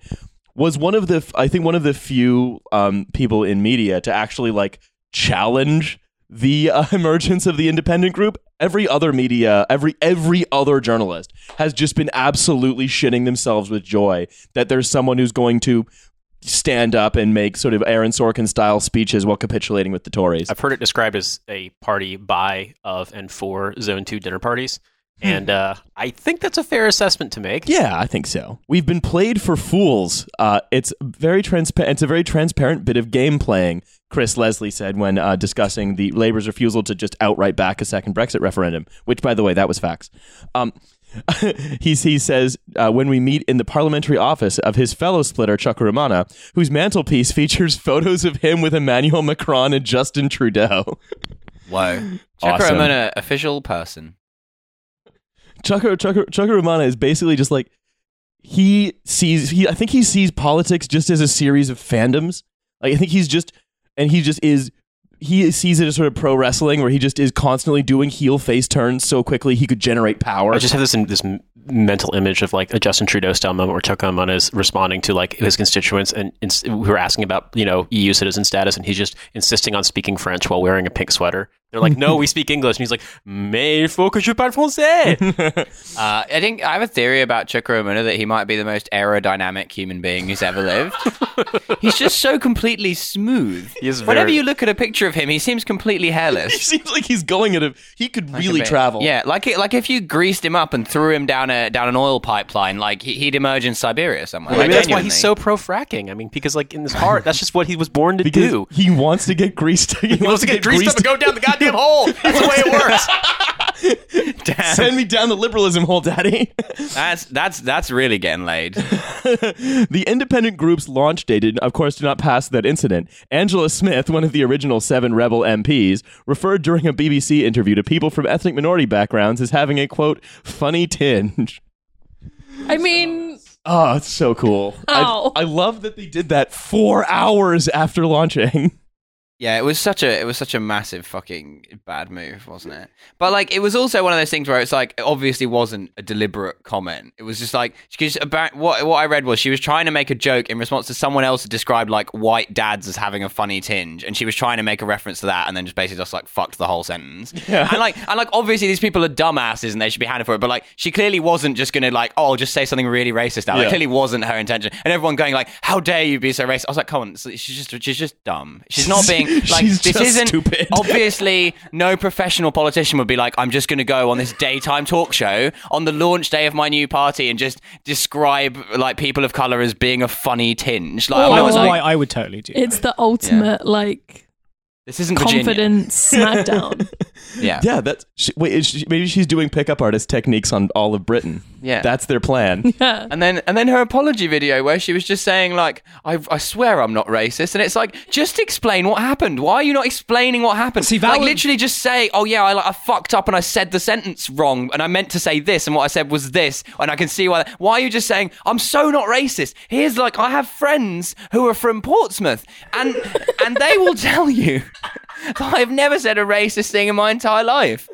was one of the f- I think one of the few um, people in media to actually like challenge the uh, emergence of the independent group. Every other media, every every other journalist has just been absolutely shitting themselves with joy that there's someone who's going to stand up and make sort of Aaron Sorkin style speeches while capitulating with the Tories.
I've heard it described as a party by, of, and for Zone 2 dinner parties. And uh, I think that's a fair assessment to make.
Hmm. Yeah, I think so. We've been played for fools. Uh, it's very transparent. It's a very transparent bit of game playing. Chris Leslie said when uh, discussing the Labour's refusal to just outright back a second Brexit referendum, which, by the way, that was facts. Um, he, he says uh, when we meet in the parliamentary office of his fellow splitter Chukwuramana, whose mantelpiece features photos of him with Emmanuel Macron and Justin Trudeau.
Whoa,
Awesome.
Chukwuma, an official person.
Chucker Chucker Chucker Romana is basically just like he sees he I think he sees politics just as a series of fandoms. Like I think he's just and he just is he sees it as sort of pro wrestling where he just is constantly doing heel face turns so quickly he could generate power.
I just have this this m- mental image of like a Justin Trudeau style moment where Chuck Amon is responding to like his constituents and ins- who are asking about you know EU citizen status, and he's just insisting on speaking French while wearing a pink sweater. They're like, "No, we speak English," and he's like, "Mais il faut que je parle français."
Uh, I think I have a theory about Chukwuma that he might be the most aerodynamic human being who's ever lived. He's just so completely smooth.
He is
Whenever
very-
you look at a picture of him, he seems completely hairless.
he seems like he's going at a he could
Like a
really
bit-
travel.
Yeah, like it, like if you greased him up and threw him down a down an oil pipeline, like he, he'd emerge in Siberia somewhere.
Maybe
Like,
that's why
genuinely.
he's so pro fracking. I mean, because like in his heart, that's just what he was born to
Because
do.
he wants to get greased. He, wants to get,
greased
greased.
up and
go down the goddamn hole. That's the way it works.
Send me down the liberalism hole, daddy.
That's that's that's really getting laid.
The independent group's launch date, did, of course, did not pass that incident. Angela Smith, one of the original seven rebel MPs, referred during a BBC interview to people from ethnic minority backgrounds as having a quote funny tinge.
I mean,
Oh, it's so cool!
Ow.
Oh.
I, I love that they did that four hours after launching.
Yeah, it was such a it was such a massive fucking bad move, wasn't it? But like, it was also one of those things where it's like it obviously wasn't a deliberate comment. It was just like because about what what I read was she was trying to make a joke in response to someone else who described like white dads as having a funny tinge, and she was trying to make a reference to that, and then just basically just like fucked the whole sentence. Yeah. And like and like obviously these people are dumbasses and they should be handed for it, but like she clearly wasn't just gonna like oh I'll just say something really racist now. That
Yeah.
clearly wasn't her intention. And everyone going like how dare you be so racist? I was like come on, she's just she's just dumb. She's not being like
She's
this
just
isn't
stupid.
obviously no professional politician would be like I'm just going to go on this daytime talk show on the launch day of my new party and just describe like people of color as being a funny tinge. Like
Oh,
I
That
was
was
Well,
why
like
I would totally do.
it's the ultimate like
this isn't Virginia.
confidence smackdown.
Yeah.
Yeah, that's she, wait. Is she, maybe she's doing pickup artist techniques on all of Britain.
Yeah.
that's their plan.
yeah.
And then and then her apology video where she was just saying like I, I swear I'm not racist and it's like just explain what happened. Why are you not explaining what happened?
See, that
like
would-
literally just say, "Oh yeah, I, like, I fucked up and I said the sentence wrong and I meant to say this and what I said was this." And I can see why why are you just saying, "I'm so not racist." Here's like I have friends who are from Portsmouth and and they will tell you that I've never said a racist thing in my entire life.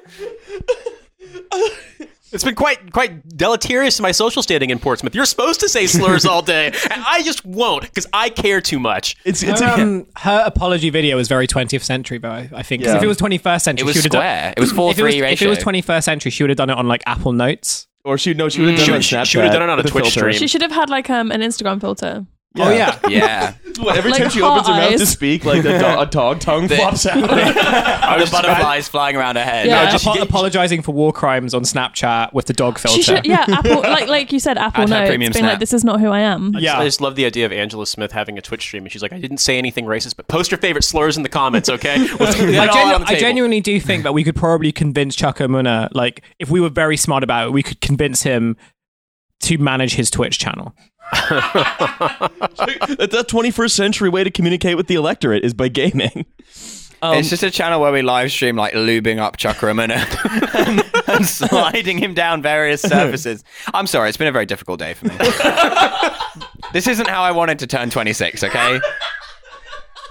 It's been quite quite deleterious to my social standing in Portsmouth. You're supposed to say slurs all day, and I just won't because I care too much.
It's it's
her,
a,
um, her apology video was very 20th century, though, I I think. 'Cause
Yeah.
If it was 21st century,
It was
she would have
square.
done.
It was
if it
4-3
was, if it was
ratio.
21st century, she would have done it on like Apple Notes.
or she no she would have done it on
She-
Snapchat.
she would've done it on a
with
Twitch
filter.
stream.
She should have had like um an Instagram filter.
Oh yeah.
Yeah.
What, every
Like
time she
hot
opens her mouth to
eyes.
speak, like a, do- a dog tongue
They-
flops out.
Are the butterflies flying around her head?
Yeah.
No, just
Uh, Apo- apologizing for war crimes on Snapchat with the dog filter.
She should, yeah, Apple, like like you said, Apple
I'd have
knows,
premium
being
snap.
like, this is not who I am.
Yeah. I just love the idea of Angela Smith having a Twitch stream and she's like, I didn't say anything racist, but post your favorite slurs in the comments, okay? Let's get it
I,
all
genu-
on the
I
table.
genuinely do think that we could probably convince Chuck O'Munna, like, if we were very smart about it, we could convince him to manage his Twitch channel.
That's a 21st century way to communicate with the electorate is by gaming.
Um,
it's just a channel where we live stream like lubing up Chakramana and, and sliding him down various surfaces. I'm sorry, it's been a very difficult day for me. this isn't how I wanted to turn 26, okay?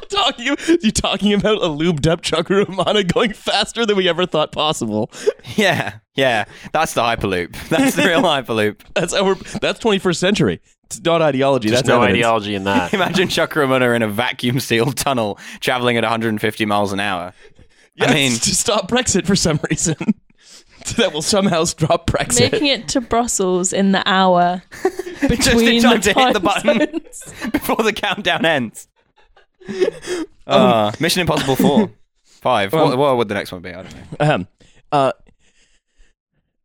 Talk, you, you talking about a lubed up Chakramana going faster than we ever thought possible.
Yeah, yeah. That's the Hyperloop. That's the real Hyperloop.
That's our that's 21st century. It's not ideology.
There's
that's
no
evidence.
ideology in that.
Imagine Chakramana in a vacuum sealed tunnel traveling at 150 miles an hour.
Yeah,
I mean,
it's to stop Brexit for some reason. that will somehow stop Brexit.
Making it to Brussels in the hour
just in
between
time
the
to hit the
time
button
zones.
before the countdown ends.
Um,
Uh, Mission Impossible 4. Five. what, what would the next one be? I don't know.
Ahem. Uh,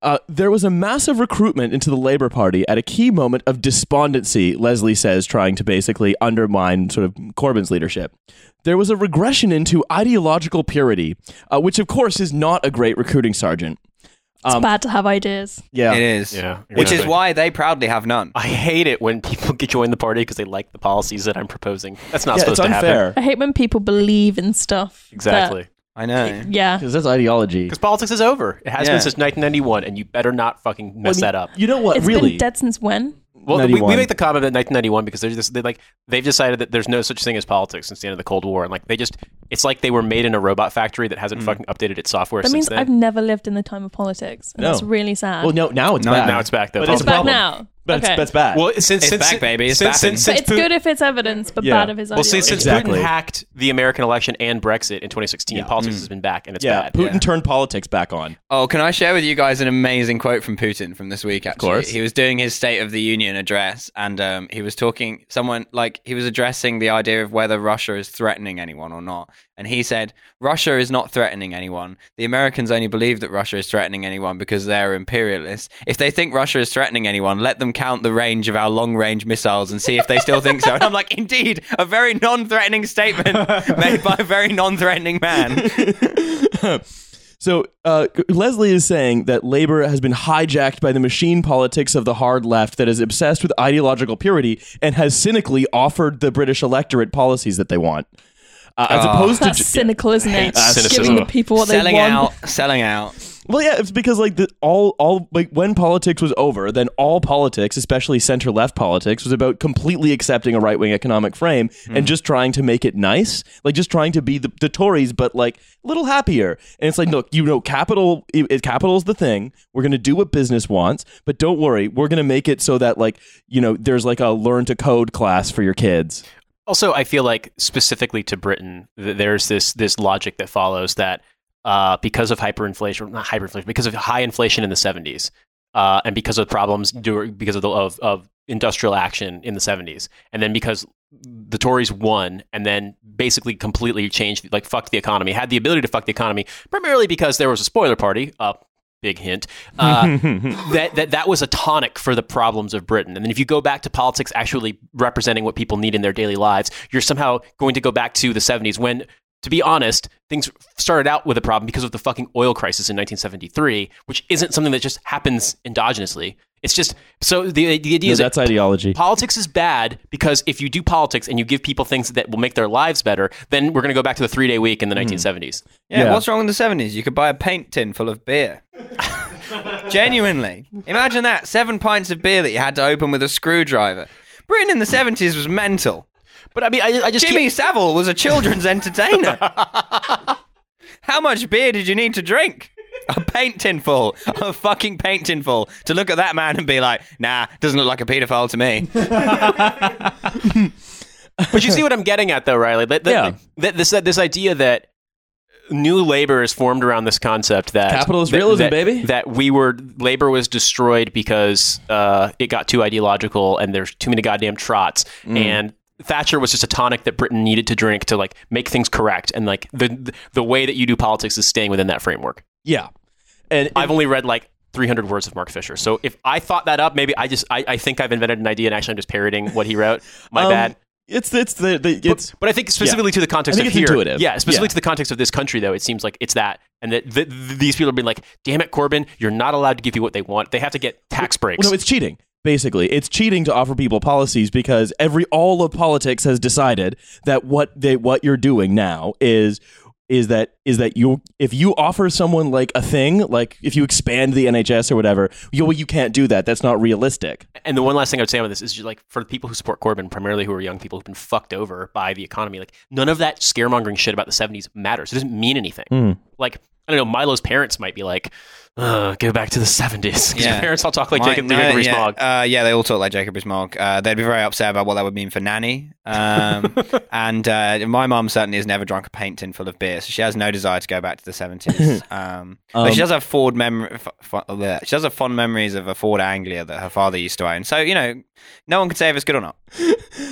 uh, there was a massive recruitment into the Labour Party at a key moment of despondency, Leslie says, trying to basically undermine sort of Corbyn's leadership. There was a regression into ideological purity, uh, which, of course, is not a great recruiting sergeant.
It's bad to have ideas.
Yeah.
It is.
Yeah, you're
Which
right.
is why they proudly have none.
I hate it when people get- join the party because they like the policies that I'm proposing. That's not
Yeah, it's
supposed to happen.
unfair.
I hate when people believe in stuff. that-
Exactly.
I know.
yeah.
Because that's ideology.
Because politics is over. It has
Yeah.
been since 1991, and you better not fucking mess that up.
You know what?
It's
really?
been dead since when?
Well, we,
91.
we make the comment that 1991 because there's this, they like they've decided that there's no such thing as politics since the end of the Cold War, and like they just it's like they were made in a robot factory that hasn't fucking updated its software
That
since
means
then.
I've never lived in the time of politics. And
No.
that's really sad.
well, no, now it's
No,
bad.
now it's back though.
But it's
it's back
problem.
now.
That's,
okay.
that's bad.
Well, since
It's
since
back, baby. It's
since,
bapping.
since,
But
since
it's
Putin,
good if it's evidence, but
Yeah.
bad if it's
well, see,
ideology.
since
Exactly.
Putin hacked the American election and Brexit in 2016, politics has been back and it's
yeah,
bad.
Putin
yeah.
turned politics back on.
Oh, can I share with you guys an amazing quote from Putin from this week? Actually,
course.
he was doing his State of the Union address, and um, he was talking. Someone like he was addressing the idea of whether Russia is threatening anyone or not, and he said, "Russia is not threatening anyone. The Americans only believe that Russia is threatening anyone because they are imperialists. If they think Russia is threatening anyone, let them count the range of our long-range missiles and see if they still think so." And I'm like, indeed, a very non-threatening statement made by a very non-threatening man.
So uh, Leslie is saying that labor has been hijacked by the machine politics of the hard left that is obsessed with ideological purity and has cynically offered the British electorate policies that they want, uh, as opposed
that's
to
cynical, isn't it?
cynicism.
Giving the people what
selling
they want.
out, selling out.
well, yeah, it's because like the, all all like when politics was over, then all politics, especially center left politics, was about completely accepting a right wing economic frame
Mm.
and just trying to make it nice, like just trying to be the, the Tories, but like a little happier. And it's like, look, you know, capital i- i- capital is the thing. We're gonna do what business wants, but don't worry, we're gonna make it so that like you know, there's like a learn to code class for your kids.
Also, I feel like specifically to Britain, th- there's this this logic that follows that uh, because of hyperinflation, not hyperinflation, because of high inflation in the 70s, uh, and because of problems dur- because of the of, of industrial action in the 70s, and then because the Tories won, and then basically completely changed, like fucked the economy, had the ability to fuck the economy, primarily because there was a spoiler party. Uh, big hint. Uh, that, that that was a tonic for the problems of Britain. And then if you go back to politics actually representing what people need in their daily lives, you're somehow going to go back to the 70s when, to be honest, things started out with a problem because of the fucking oil crisis in 1973, which isn't something that just happens endogenously. It's just so the, the idea
No,
is that
that's ideology.
Politics is bad because if you do politics and you give people things that will make their lives better, then we're going to go back to the three day week in
Mm-hmm.
the 1970s.
Yeah,
Yeah.
what's wrong with the 70s? You could buy a paint tin full of beer. Genuinely. Imagine that. Seven pints of beer that you had to open with a screwdriver. Britain in the 70s was mental.
But I mean, I, I just
Jimmy
can't-
Savile was a children's entertainer. How much beer did you need to drink? A paint tin full. A fucking paint tin full. To look at that man and be like, nah, doesn't look like a pedophile to me.
but you see what I'm getting at, though, Riley. That, that,
Yeah.
that- this that this idea that new labor is formed around this concept that
Capitalist
that-
realism,
that-
baby.
That we were labor was destroyed because uh, it got too ideological and there's too many goddamn trots
Mm.
and. Thatcher was just a tonic that Britain needed to drink to like make things correct, and like the the, the way that you do politics is staying within that framework.
Yeah. And
I've only read like 300 words of Mark Fisher, so if I thought that up, maybe I just I, I think I've invented an idea and actually I'm just parroting what he wrote. My
um,
bad.
It's it's the, the it's
But, but I think specifically to the
I
context
think
of
it's
here,
intuitive.
yeah, specifically
Yeah.
to the context of this country, though, it seems like it's that, and that th- th- these people are being like, "Damn it, Corbyn, you're not allowed to give you what they want. They have to get tax breaks."
Well, no, it's cheating. Basically, it's cheating to offer people policies because every all of politics has decided that what they what you're doing now is is that is that you if you offer someone like a thing like if you expand the NHS or whatever you well, you can't do that that's not realistic.
and the one last thing I would say on this is just like for the people who support Corbyn, primarily who are young people who've been fucked over by the economy, like none of that scaremongering shit about the 70s matters. It doesn't mean anything.
Hmm.
Like, I don't know, Milo's parents might be like, Ugh, go back to the 70s. 'Cause
Yeah.
Your parents all talk like
My-
Jacob,
no,
Jacob
yeah,
Rees-Mogg.
Uh, yeah, they all talk like Jacob Rees-Mogg. Uh, they'd be very upset about what that would mean for Nanny. Um, and uh, my mum certainly has never drunk a paint tin full of beer, so she has no desire to go back to the seventies. Um, but
Um,
she does have Ford memory. F- f- bleh. she does have fond memories of a Ford Anglia that her father used to own. So you know, no one could say if it's good or not.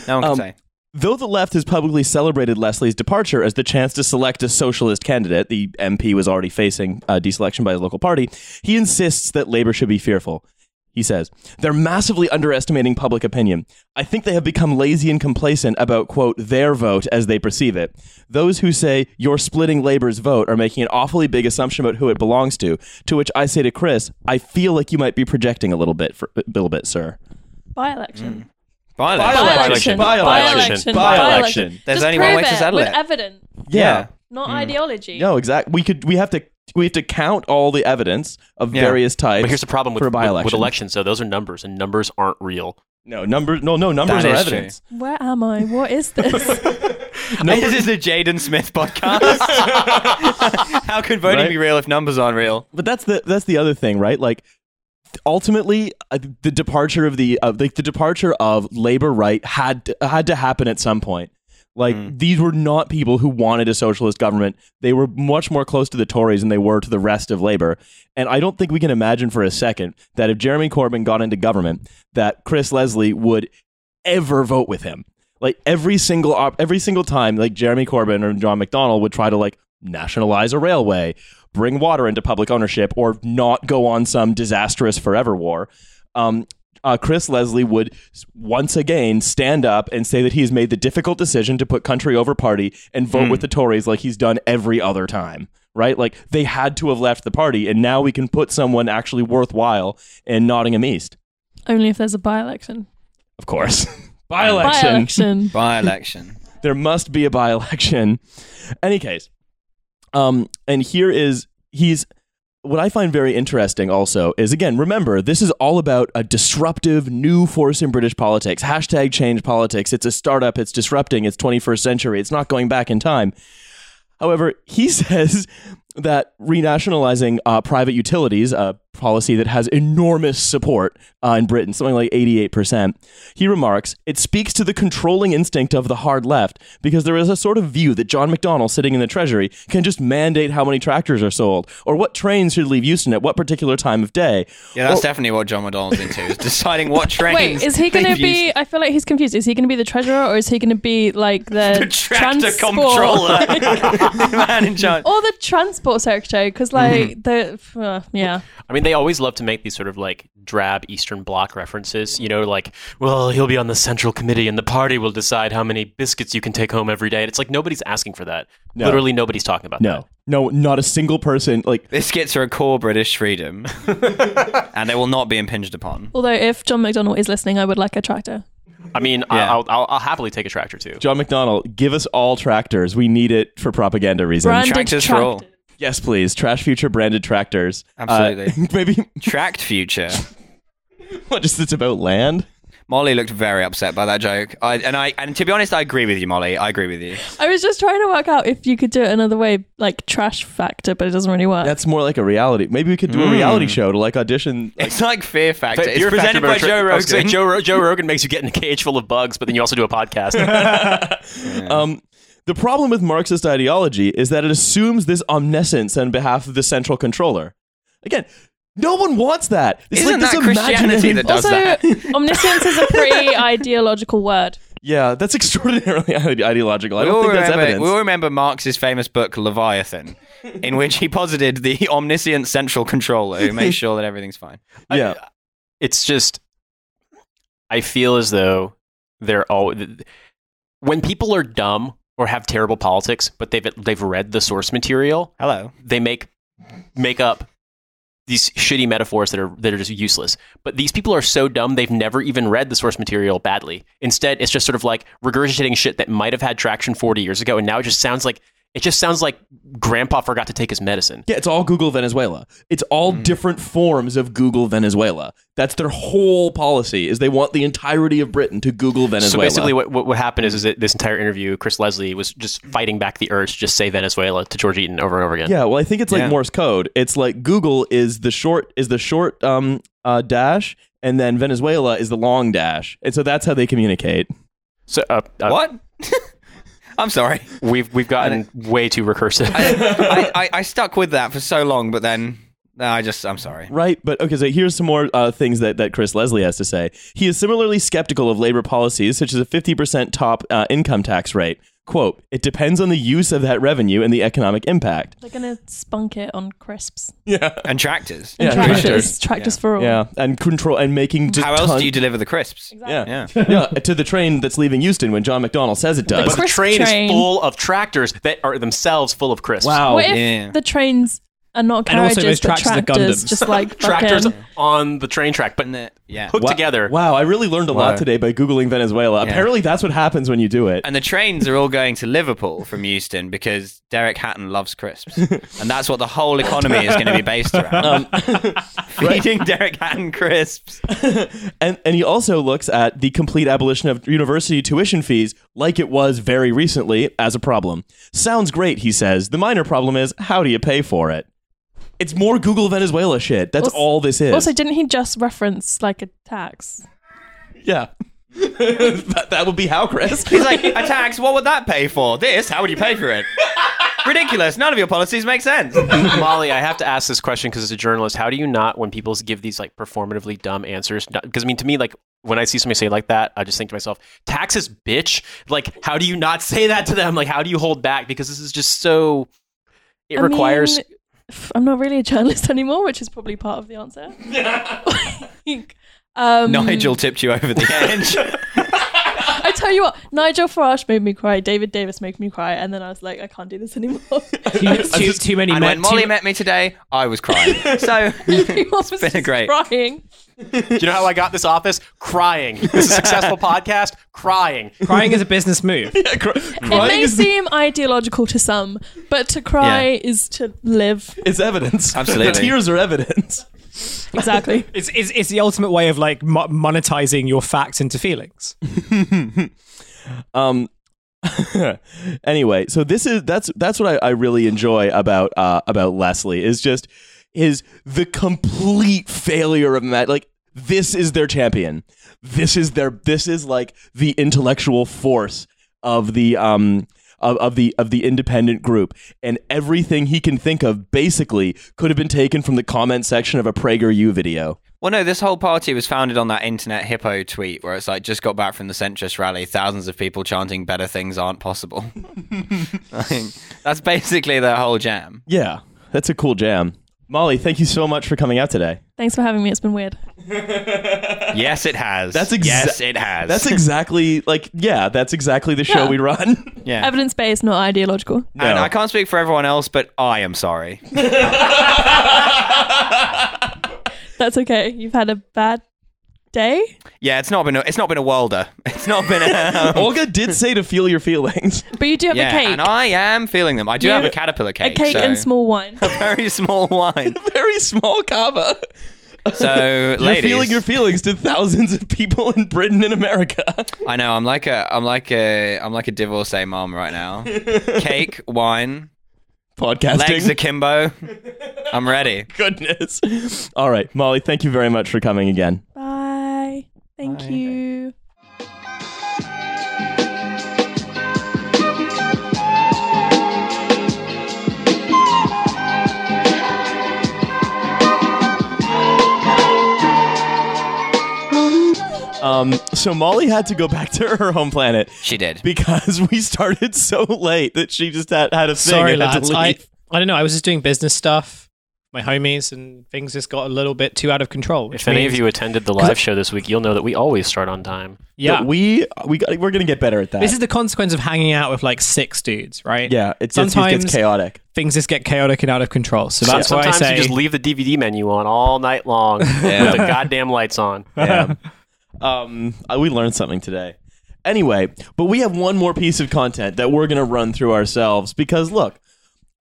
No one could
Um,
say.
Though the left has publicly celebrated Leslie's departure as the chance to select a socialist candidate, the MP was already facing uh, deselection by his local party, he insists that Labour should be fearful. He says, they're massively underestimating public opinion. I think they have become lazy and complacent about, quote, their vote as they perceive it. Those who say you're splitting Labour's vote are making an awfully big assumption about who it belongs to, to which I say to Chris, I feel like you might be projecting a little bit, for, a little bit, sir.
By election.
Violence.
By-election.
By-election.
By-election.
By-election.
There's
Just
only one
prove
way to
it
settle
with
it. Hmm.
evidence,
Yeah.
not ideology.
No, exactly. We could. We have to. We have to count all the evidence of
Yeah.
various types.
But here's the problem with,
for a
with,
by-election.
with elections, though. Those are numbers, and numbers aren't real.
No numbers. No, no numbers
That
are
is true.
evidence.
Where am I? What is this?
This is the Jaden Smith podcast. How can voting
Right?
be real if numbers aren't real?
But that's the that's the other thing, right? Like ultimately uh, the departure of the of like the departure of labor right had to, had to happen at some point like
Mm.
these were not people who wanted a socialist government they were much more close to the tories than they were to the rest of labor and i don't think we can imagine for a second that if jeremy corbyn got into government that chris leslie would ever vote with him like every single op- every single time like jeremy corbyn or john mcdonnell would try to like nationalize a railway bring water into public ownership or not go on some disastrous forever war um, uh, chris leslie would s- once again stand up and say that he's made the difficult decision to put country over party and
Hmm.
vote with the tories like he's done every other time right like they had to have left the party and now we can put someone actually worthwhile in nottingham east
Only if there's a by election.
of course
By
by-election
election.
By election.
there must be a by-election. Any case, um, and here is he's what I find very interesting. Also, is again remember this is all about a disruptive new force in British politics. Hashtag change politics. It's a startup. It's disrupting. It's 21st century. It's not going back in time. However, he says that renationalizing uh, private utilities, a policy that has enormous support uh, in Britain, something like 88%, he remarks, it speaks to the controlling instinct of the hard left because there is a sort of view that John McDonnell sitting in the Treasury can just mandate how many tractors are sold or what trains should leave Euston at what particular time of day.
Yeah, that's definitely what John McDonald's into, is deciding what trains.
Wait, is he going to
they've
be?
used.
I feel like he's confused. Is he going to be the treasurer, or is he going to be like the,
the tractor
transport-
controller, the man in charge.
or the transport secretary?
Hmm.
Because like the uh, yeah,
I mean, they always love to make these sort of like drab Eastern Bloc references, you know, like, well, he'll be on the Central Committee and the party will decide how many biscuits you can take home every day. And it's like nobody's asking for that. Literally nobody's talking about that.
No, no, not a single person. Like,
Biscuits are a core British freedom, and they will not be impinged upon.
Although, if John McDonnell is listening, I would like a tractor.
I mean, I-
Yeah.
I'll, I'll, I'll happily take a tractor too.
John McDonnell, give us all tractors. We need it for propaganda reasons.
Branded
Tractors for
tractor.
all.
Yes, please. Trash future branded tractors. Uh,
Absolutely.
maybe
Tracked future.
what? Just it's about land.
Molly looked very upset by that joke, I, and I and to be honest, I agree with you, Molly. I agree with you.
I was just trying to work out if you could do it another way, like trash factor, but it doesn't really work.
That's more like a reality. Maybe we could
Hmm.
do a reality show to like audition.
It's like Fear Factor. It's
Fear Factor
presented by
about tra-
Joe
I was gonna say,
Rogan.
Joe, Ro- Joe Rogan makes you get in a cage full of bugs, but then you also do a podcast.
Um, The problem with Marxist ideology is that it assumes this omniscience on behalf of the central controller. Again, no one wants that. It's
Isn't
like
that
this
Christianity
imaginary-
that does
Also,
that?
omniscience is a pretty ideological word.
Yeah, that's extraordinarily ide- ideological. I
We
don't
all,
think that's
remember,
evidence.
we all remember Marx's famous book Leviathan, in which he posited the omniscient central controller who makes sure that everything's fine.
yeah,
it's just I feel as though they're all when people are dumb or have terrible politics, but they've they've read the source material,
Hello.
they make make up these shitty metaphors that are that are just useless. But these people are so dumb they've never even read the source material badly. Instead, it's just sort of like regurgitating shit that might have had traction 40 years ago and now it just sounds like it just sounds like grandpa forgot to take his medicine.
yeah. It's all Google Venezuela. It's all
Hmm.
different forms of Google Venezuela. That's their whole policy. Is they want the entirety of Britain to Google Venezuela.
So basically, what, what what happened is is that this entire interview, Chris Leslie was just fighting back the urge to just say Venezuela to George Eaton over and over again.
Yeah, well, I think it's like
Yeah.
Morse code. It's like Google is the short is the short um, uh, dash, and then Venezuela is the long dash, and so that's how they communicate.
So uh,
Oh.
uh,
What? I'm sorry.
we've we've gotten way too recursive.
I, I, I stuck with that for so long, but then no, I just I'm sorry.
Right, but okay, so here's some more uh, things that, that Chris Leslie has to say. He is similarly skeptical of labor policies, such as a 50% top uh, income tax rate. Quote, it depends on the use of that revenue and the economic impact.
They're gonna spunk it on crisps,
Yeah.
And tractors.
Yeah,
tractors,
tractors.
tractors for all.
Yeah, and control, and making just
How else
ton-
do you deliver the crisps?
Exactly.
yeah. yeah. to the train that's leaving Houston when John McDonnell says it does.
but the
Crisp
train,
train.
is full of tractors that are themselves full of crisps.
Wow.
What if
yeah.
the trains are not
And also those
carriages, but
tractors are
tractors?
Gundams.
Just like
Tractors
fucking-
on the train track, but
Yeah.
hooked
Wa-
together.
Uh, Wow, I really learned a
Wow.
lot today by Googling Venezuela.
Yeah.
Apparently, that's what happens when you do it.
And the trains are all going to Liverpool from Euston because Derek Hatton loves crisps. and that's what the whole economy is going to be based around. Feeding Derek Hatton crisps.
And, and he also looks at the complete abolition of university tuition fees, like it was very recently, as a problem. Sounds great, he says. The minor problem is how do you pay for it? It's more Google Venezuela shit. That's
Also-
all this is.
Also, didn't he just reference like a tax?
yeah. that, that would be how, Chris.
He's like, a tax, what would that pay for? This, how would you pay for it? Ridiculous. None of your policies make sense.
Molly, I have to ask this question because as a journalist, how do you not when people give these like performatively dumb answers? Because I mean, to me, like when I see somebody say it like that, I just think to myself, "Taxes, bitch!" Like, how do you not say that to them? Like, how do you hold back? Because this is just so. It
I
requires.
mean, f- I'm not really a journalist anymore, which is probably part of the answer. Like, um,
Nigel tipped you over the edge.
I tell you what, Nigel Farage made me cry. David Davis made me cry, and then I was like, I can't do this anymore.
Too, too, too many
and when
men.
Molly
too,
met me today, I was crying. So,
Everyone was
been
just
great.
Crying.
do you know how I got this office? Crying. This is a successful podcast. Crying.
crying is a business move.
It may
is,
seem ideological to some, but to cry is to live.
it's evidence. The
Absolutely.
tears are evidence.
Exactly.
It's, it's, it's the ultimate way of like mo- monetizing your facts into feelings.
Um, anyway, so this is that's that's what I, I really enjoy about uh, about Leslie is just is the complete failure of Matt. Like this is their champion. This is their this is like the intellectual force of the um of, of the of the independent group and everything he can think of basically could have been taken from the comment section of a PragerU video.
well, no, this whole party was founded on that internet hippo tweet where it's like, just got back from the centrist rally, thousands of people chanting, better things aren't possible. Like, that's basically their whole jam.
Yeah, that's a cool jam. Molly, thank you so much for coming out today.
Thanks for having me. It's been weird.
Yes, it has.
That's exa-
yes, it has.
That's exactly like yeah, that's exactly the show
Yeah.
we run.
yeah.
Evidence based, not ideological.
And
No.
I can't speak for everyone else, but I am sorry.
That's okay. You've had a bad day.
Yeah, it's not been a, it's not been a welder. It's not been a
Olga did say to feel your feelings.
But you do have
yeah,
a cake.
and I am feeling them. I do
You-
have a caterpillar
a
cake,
cake
so-
and small wine.
very small wine.
Very small kava.
So,
You're
ladies,
feeling your feelings to thousands of people in Britain and America.
I know I'm like a I'm like a I'm like a divorcee mom right now. cake, wine, legs
Podcasting.
akimbo. I'm ready.
Goodness. All right, Molly, thank you very much for coming again.
Bye. Thank you.
Thank
Um, so Molly had to go back to her home planet
She did.
because we started so late that she just had, had a thing
Sorry,
and had
lads.
to
I,
leave.
I don't know. I was just doing business stuff, my homies, and things just got a little bit too out of control. Which
If any of
means-
you attended the live show this week, you'll know that we always start on time.
yeah,
But we we got, we're gonna get better at that.
this is the consequence of hanging out with like six dudes, right?
yeah, it just, it
Sometimes-
gets chaotic.
things just get chaotic and out of control. So that's why I
Sometimes
say
you just leave the DVD menu on all night long with the goddamn lights on.
Yeah. um, I- we learned something today. Anyway, but we have one more piece of content that we're gonna run through ourselves because look,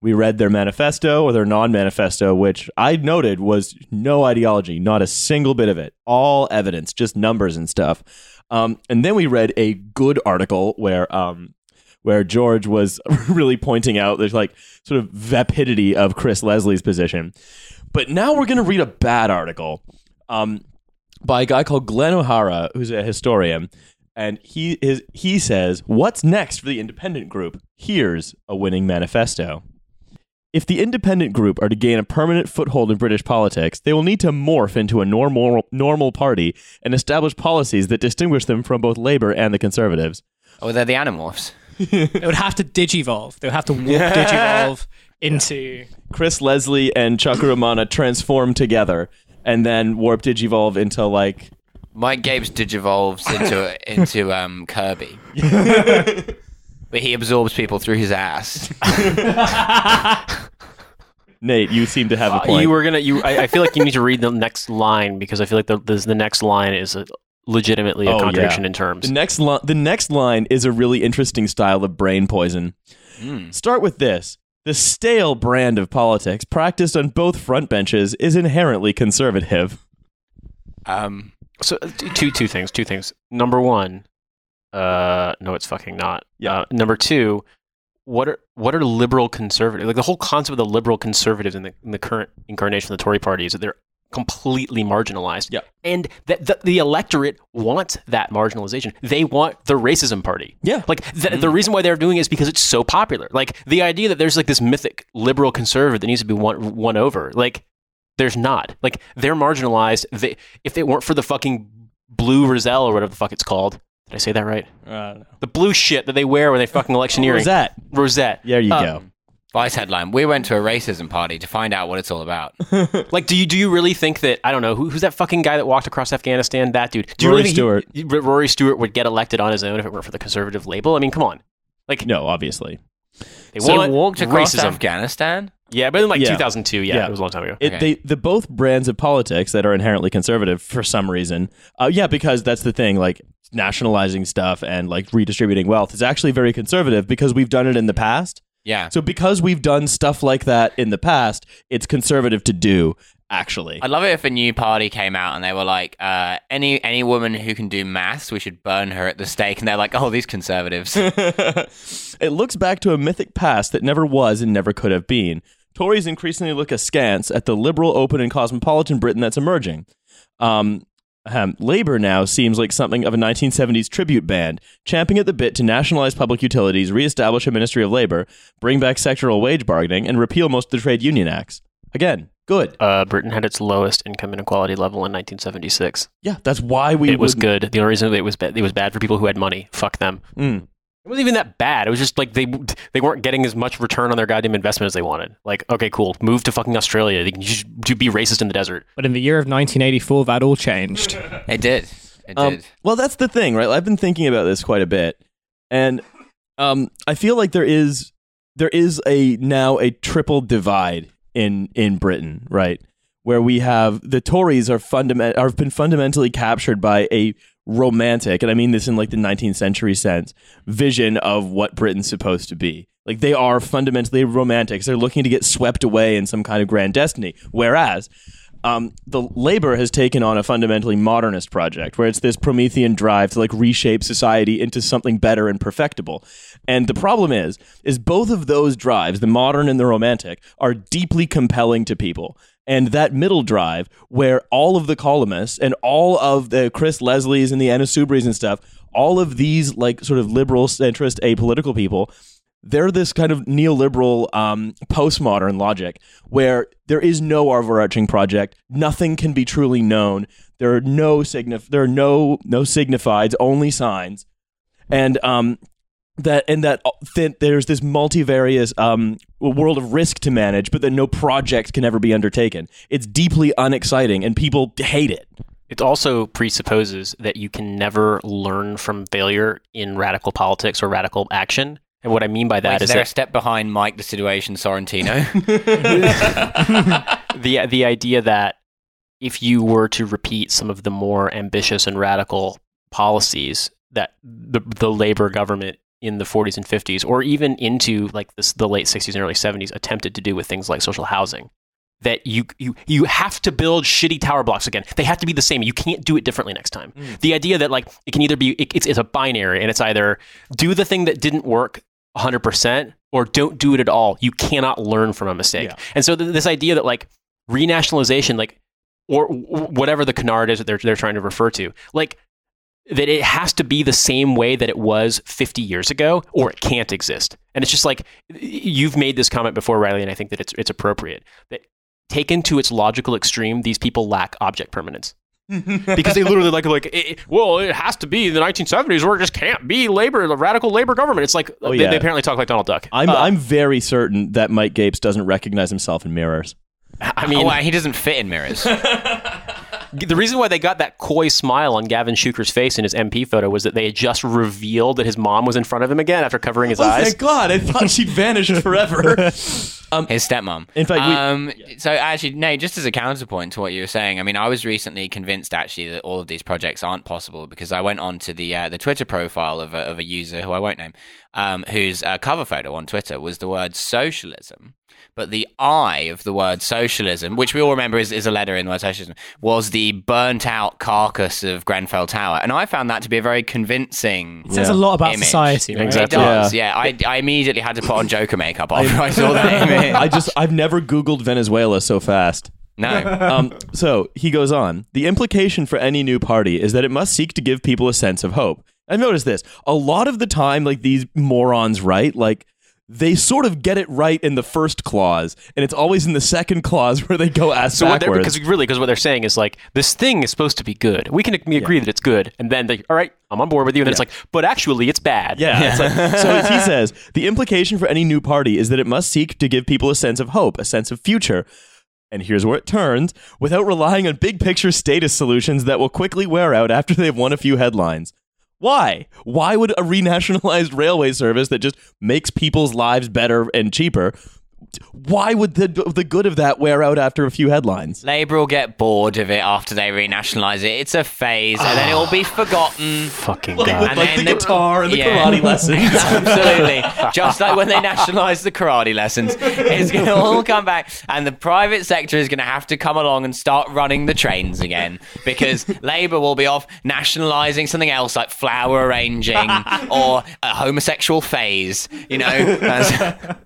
we read their manifesto or their non-manifesto, which I noted was no ideology, not a single bit of it, all evidence, just numbers and stuff. Um, and then we read a good article where um, where George was really pointing out there's like sort of vapidity of Chris Leslie's position. But now we're gonna read a bad article. Um, by a guy called Glenn O'Hara, who's a historian, and he is he says, "What's next for the independent group? Here's a winning manifesto." If the independent group are to gain a permanent foothold in British politics, they will need to morph into a normal normal party and establish policies that distinguish them from both Labour and the Conservatives.
Oh, they're the Animorphs.
it would have to digivolve. They would have to warp digivolve into
Chris Leslie and Chakaramana transform together and then warp digivolve into like
Mike Gabes digivolves into into um, Kirby. But he absorbs people through his ass.
Nate, you seem to have a point.
Uh, You were gonna. You. I, I feel like you need to read the next line because I feel like the the, the next line is a, legitimately a
Oh, yeah.
contradiction in terms.
The next line, the next line is a really interesting style of brain poison.
Hmm.
Start with this: the stale brand of politics practiced on both front benches is inherently conservative.
Um,
So uh, t- two two things. Two things. Number one, uh, no, it's fucking not.
Yeah.
Uh, number two, what are what are liberal conservative? Like the whole concept of the liberal conservatives in the in the current incarnation of the Tory party is that they're completely marginalized.
Yeah.
And that the, the electorate wants that marginalization. They want the racism party.
Yeah.
Like th- the reason why they're doing it is because it's so popular. Like the idea that there's like this mythic liberal conservative that needs to be won won over. Like there's not. Like they're marginalized. They, if they weren't for the fucking blue Roselle or whatever the fuck it's called. Did I say that right? The blue shit that they wear when they fucking electioneering.
Where's that?
Rosette.
There you
Uh,
go.
Vice headline: We went to a racism party to find out what it's all about.
Like, do you do you really think that I don't know who, who's that fucking guy that walked across Afghanistan? That dude, do you
Rory
really think
Stewart.
he- R- Rory Stewart would get elected on his own if it weren't for the conservative label. I mean, come on. Like,
No, obviously.
they
So
want
they walked across
racism.
Afghanistan.
Yeah, but in like
Yeah.
2002. Yeah,
Yeah.
it was a long time ago.
It,
Okay.
They the both brands of politics that are inherently conservative for some reason. Uh, yeah, because that's the thing. Like nationalizing stuff and like redistributing wealth is actually very conservative because we've done it in the past.
Yeah,
So because we've done stuff like that in the past, it's conservative to do. Actually,
I'd love it if a new party came out and they were like, uh, any any woman who can do maths, we should burn her at the stake. And they're like, oh, these conservatives.
it looks back to a mythic past that never was and never could have been. Tories increasingly look askance at the liberal, open, and cosmopolitan Britain that's emerging. Um, ahem, Labour now seems like something of a 1970s tribute band, champing at the bit to nationalize public utilities, reestablish a Ministry of Labour, bring back sectoral wage bargaining, and repeal most of the trade union acts. Again, good.
Uh, Britain had its lowest income inequality level in 1976.
Yeah, that's why we
it was
wouldn't-
good. The only reason it was bad, it was bad for people who had money. Fuck them.
Mm.
It wasn't even that bad. It was just like they they weren't getting as much return on their goddamn investment as they wanted. Like, okay, cool, move to fucking Australia. You can just do be racist in the desert.
But in the year of 1984, that all changed.
it did. It
Um,
did.
well, that's the thing, right? I've been thinking about this quite a bit, and um, I feel like there is there is a now a triple divide in in Britain, right? Where we have the Tories are fundament have been fundamentally captured by a romantic, and I mean this in like the 19th century sense, vision of what Britain's supposed to be. Like they are fundamentally romantics. They're looking to get swept away in some kind of grand destiny. Whereas um, the labor has taken on a fundamentally modernist project where it's this promethean drive to like reshape society into something better and perfectible and the problem is is both of those drives the modern and the romantic are deeply compelling to people and that middle drive where all of the columnists and all of the chris leslies and the anna subris and stuff all of these like sort of liberal centrist apolitical people they're this kind of neoliberal um, postmodern logic where there is no overarching project, nothing can be truly known. There are no signif- there are no no signifieds, only signs, and um, that and that uh, th- there's this multivarious um, world of risk to manage, but that no project can ever be undertaken. It's deeply unexciting, and people hate it.
It also presupposes that you can never learn from failure in radical politics or radical action. And what I mean by
Wait,
that is
is there a
that
step behind Mike the Situation Sorrentino?
the the idea that if you were to repeat some of the more ambitious and radical policies that the the labor government in the 40s and 50s or even into like this, the late 60s and early 70s attempted to do with things like social housing that you, you you have to build shitty tower blocks again they have to be the same you can't do it differently next time the idea that like it can either be it, it's, it's a binary and it's either do the thing that didn't work 100% or don't do it at all you cannot learn from a mistake
Yeah.
and so th- this idea that like renationalization like or w- whatever the canard is that they're, they're trying to refer to like that it has to be the same way that it was 50 years ago or it can't exist and it's just like y- you've made this comment before riley and i think that it's, it's appropriate that taken to its logical extreme these people lack object permanence because they literally like like it, it- well it has to be the 1970s or it just can't be labor the radical labor government it's like
Oh,
they,
yeah.
they apparently talk like donald duck
I'm
Uh,
I'm very certain that Mike Gapes doesn't recognize himself in mirrors.
i
oh,
mean
wow, he doesn't fit in mirrors.
The reason why they got that coy smile on Gavin Shuker's face in his MP photo was that they had just revealed that his mom was in front of him again after covering his eyes.
Oh, God! I thought she'd vanished forever.
His stepmom.
Um, In fact, we-
um, so actually, no. Just as a counterpoint to what you were saying, I mean, I was recently convinced actually that all of these projects aren't possible because I went on to the uh, the Twitter profile of a, of a user who I won't name, um, whose uh, cover photo on Twitter was the word socialism, but the I of the word socialism, which we all remember is, is a letter in the word socialism, was the burnt out carcass of Grenfell Tower, and I found that to be a very convincing.
It says a lot about
Image.
society, right?
Exactly.
It does, yeah. I, I immediately had to put on Joker makeup after I saw that image.
I just I've never Googled Venezuela so fast.
no.
Um, so he goes on. The implication for any new party is that it must seek to give people a sense of hope. I've noticed this a lot of the time. Like these morons, right? Like they sort of get it right in the first clause, and it's always in the second clause where they go ass
So what they're,
backwards.
because really, because what they're saying is like this thing is supposed to be good. We can ag- we agree that it's good, and then they, all right, I'm on board with you. And then it's like, but actually, it's bad.
Yeah. It's like, so as he says, the implication for any new party is that it must seek to give people a sense of hope, a sense of future. And here's where it turns without relying on big picture status solutions that will quickly wear out after they've won a few headlines. Why? Why would a renationalized railway service that just makes people's lives better and cheaper? Why would the the good of that wear out after a few headlines?
Labour will get bored of it after they renationalise it. It's a phase, and then it will be forgotten.
Fucking
Like,
god.
with, like the
then the-
guitar and the
yeah.
karate lessons.
Absolutely. Just like when they nationalised the karate lessons, it's going to all come back, and the private sector is going to have to come along and start running the trains again because Labour will be off nationalising something else like flower arranging or a homosexual phase. You know, That's-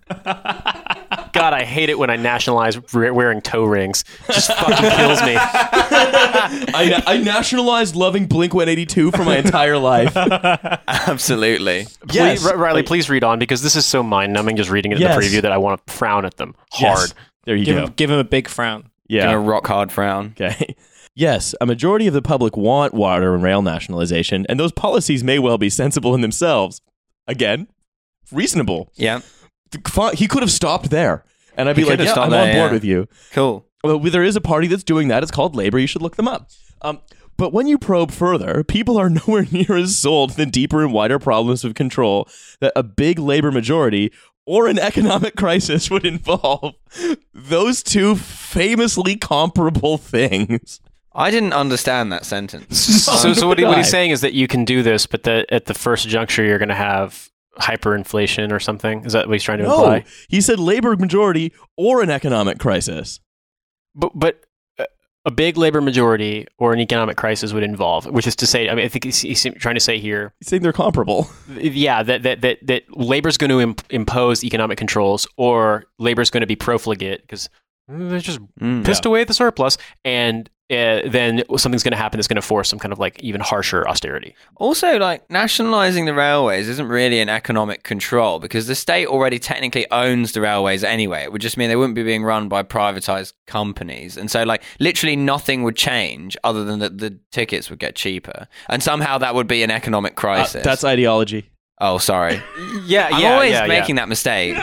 God, I hate it when I nationalize re- wearing toe rings. Just fucking kills me.
I, I nationalized loving Blink 182 for my entire life.
absolutely.
Yes.
Please, R- Riley, please read on because this is so mind numbing just reading it in
Yes.
the preview that I want to frown at them
Yes.
hard.
There you
Give,
go.
him, give him a big frown.
Gonna
Yeah.
rock hard frown.
Okay. Yes, a majority of the public want water and rail nationalization, and those policies may well be sensible in themselves. Again, reasonable.
Yeah.
Th- fi- He could have stopped there, and I'd be
He
like,
could have
yeah,
stopped
I'm
there,
on board
yeah.
with you.
Cool.
Well, there is a party that's doing that. It's called Labor. You should look them up. Um, but when you probe further, people are nowhere near as sold the deeper and wider problems of control that a big labor majority or an economic crisis would involve. Those two famously comparable things.
I didn't understand that sentence.
so, so what, he, what
I.
he's saying is that you can do this, but that at the first juncture you're going to have hyperinflation or something. Is that what he's trying to
No,
imply?
he said labor majority or an economic crisis.
But but uh, a big labor majority or an economic crisis would involve, which is to say, I mean, I think he's, he's trying to say here,
He's saying they're comparable.
th- yeah, that that that, that labor's going to imp- impose economic controls, or labor's going to be profligate because They're just
Mm.
pissed away at the surplus, and uh, then something's going to happen that's going to force some kind of like even harsher austerity.
Also, like nationalizing the railways isn't really an economic control because the state already technically owns the railways anyway. It would just mean they wouldn't be being run by privatized companies, and so like literally nothing would change other than that the tickets would get cheaper, and somehow that would be an economic
Uh,
crisis.
that's ideology.
oh, sorry,
Yeah,
I'm always making that mistake.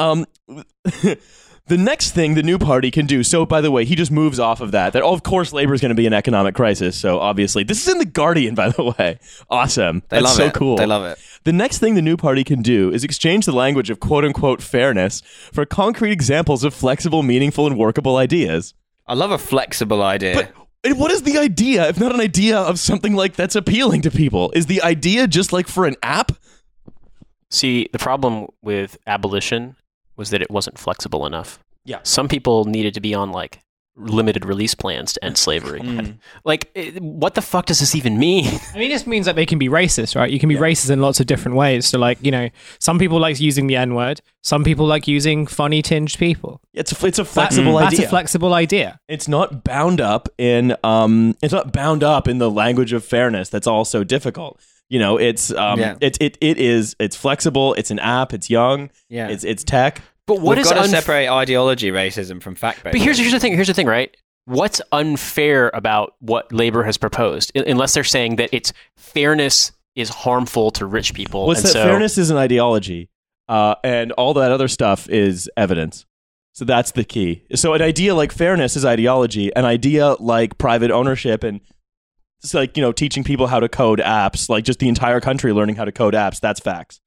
Um, the next thing the new party can do. So, by the way, he just moves off of that. That oh, of course, labor is going to be an economic crisis. So, obviously, this is in the Guardian, by the way. Awesome.
They
That's
love
so
it.
cool.
They love it.
The next thing the new party can do is exchange the language of quote unquote fairness for concrete examples of flexible, meaningful, and workable ideas.
I love a flexible idea.
But and what is the idea if not an idea of something like that's appealing to people? Is the idea just like for an app?
See, the problem with abolition was that it wasn't flexible enough.
Yeah.
Some people needed to be on like limited release plans to end slavery. Like, it, what the fuck does this even mean?
I mean, this means that they can be racist, right? You can be racist in lots of different ways. So, like, you know, some people like using the N word. Some people like using funny tinged people.
It's a, it's a
That-
flexible
That's
idea.
a flexible idea.
it's not bound up in um it's not bound up in the language of fairness that's all so difficult you know it's um
Yeah.
it's it, it is it's flexible it's an app it's young
Yeah.
it's it's tech
But what
We've
is
got to
unf-
separate ideology racism from fact based.
But here's here's the thing. Here's the thing, right? What's unfair about what labor has proposed, I- unless they're saying that it's fairness is harmful to rich people?
what's
and
that
so,
fairness is an ideology uh and all that other stuff is evidence so that's the key so an idea like fairness is ideology an idea like private ownership and it's like you know teaching people how to code apps like just the entire country learning how to code apps that's facts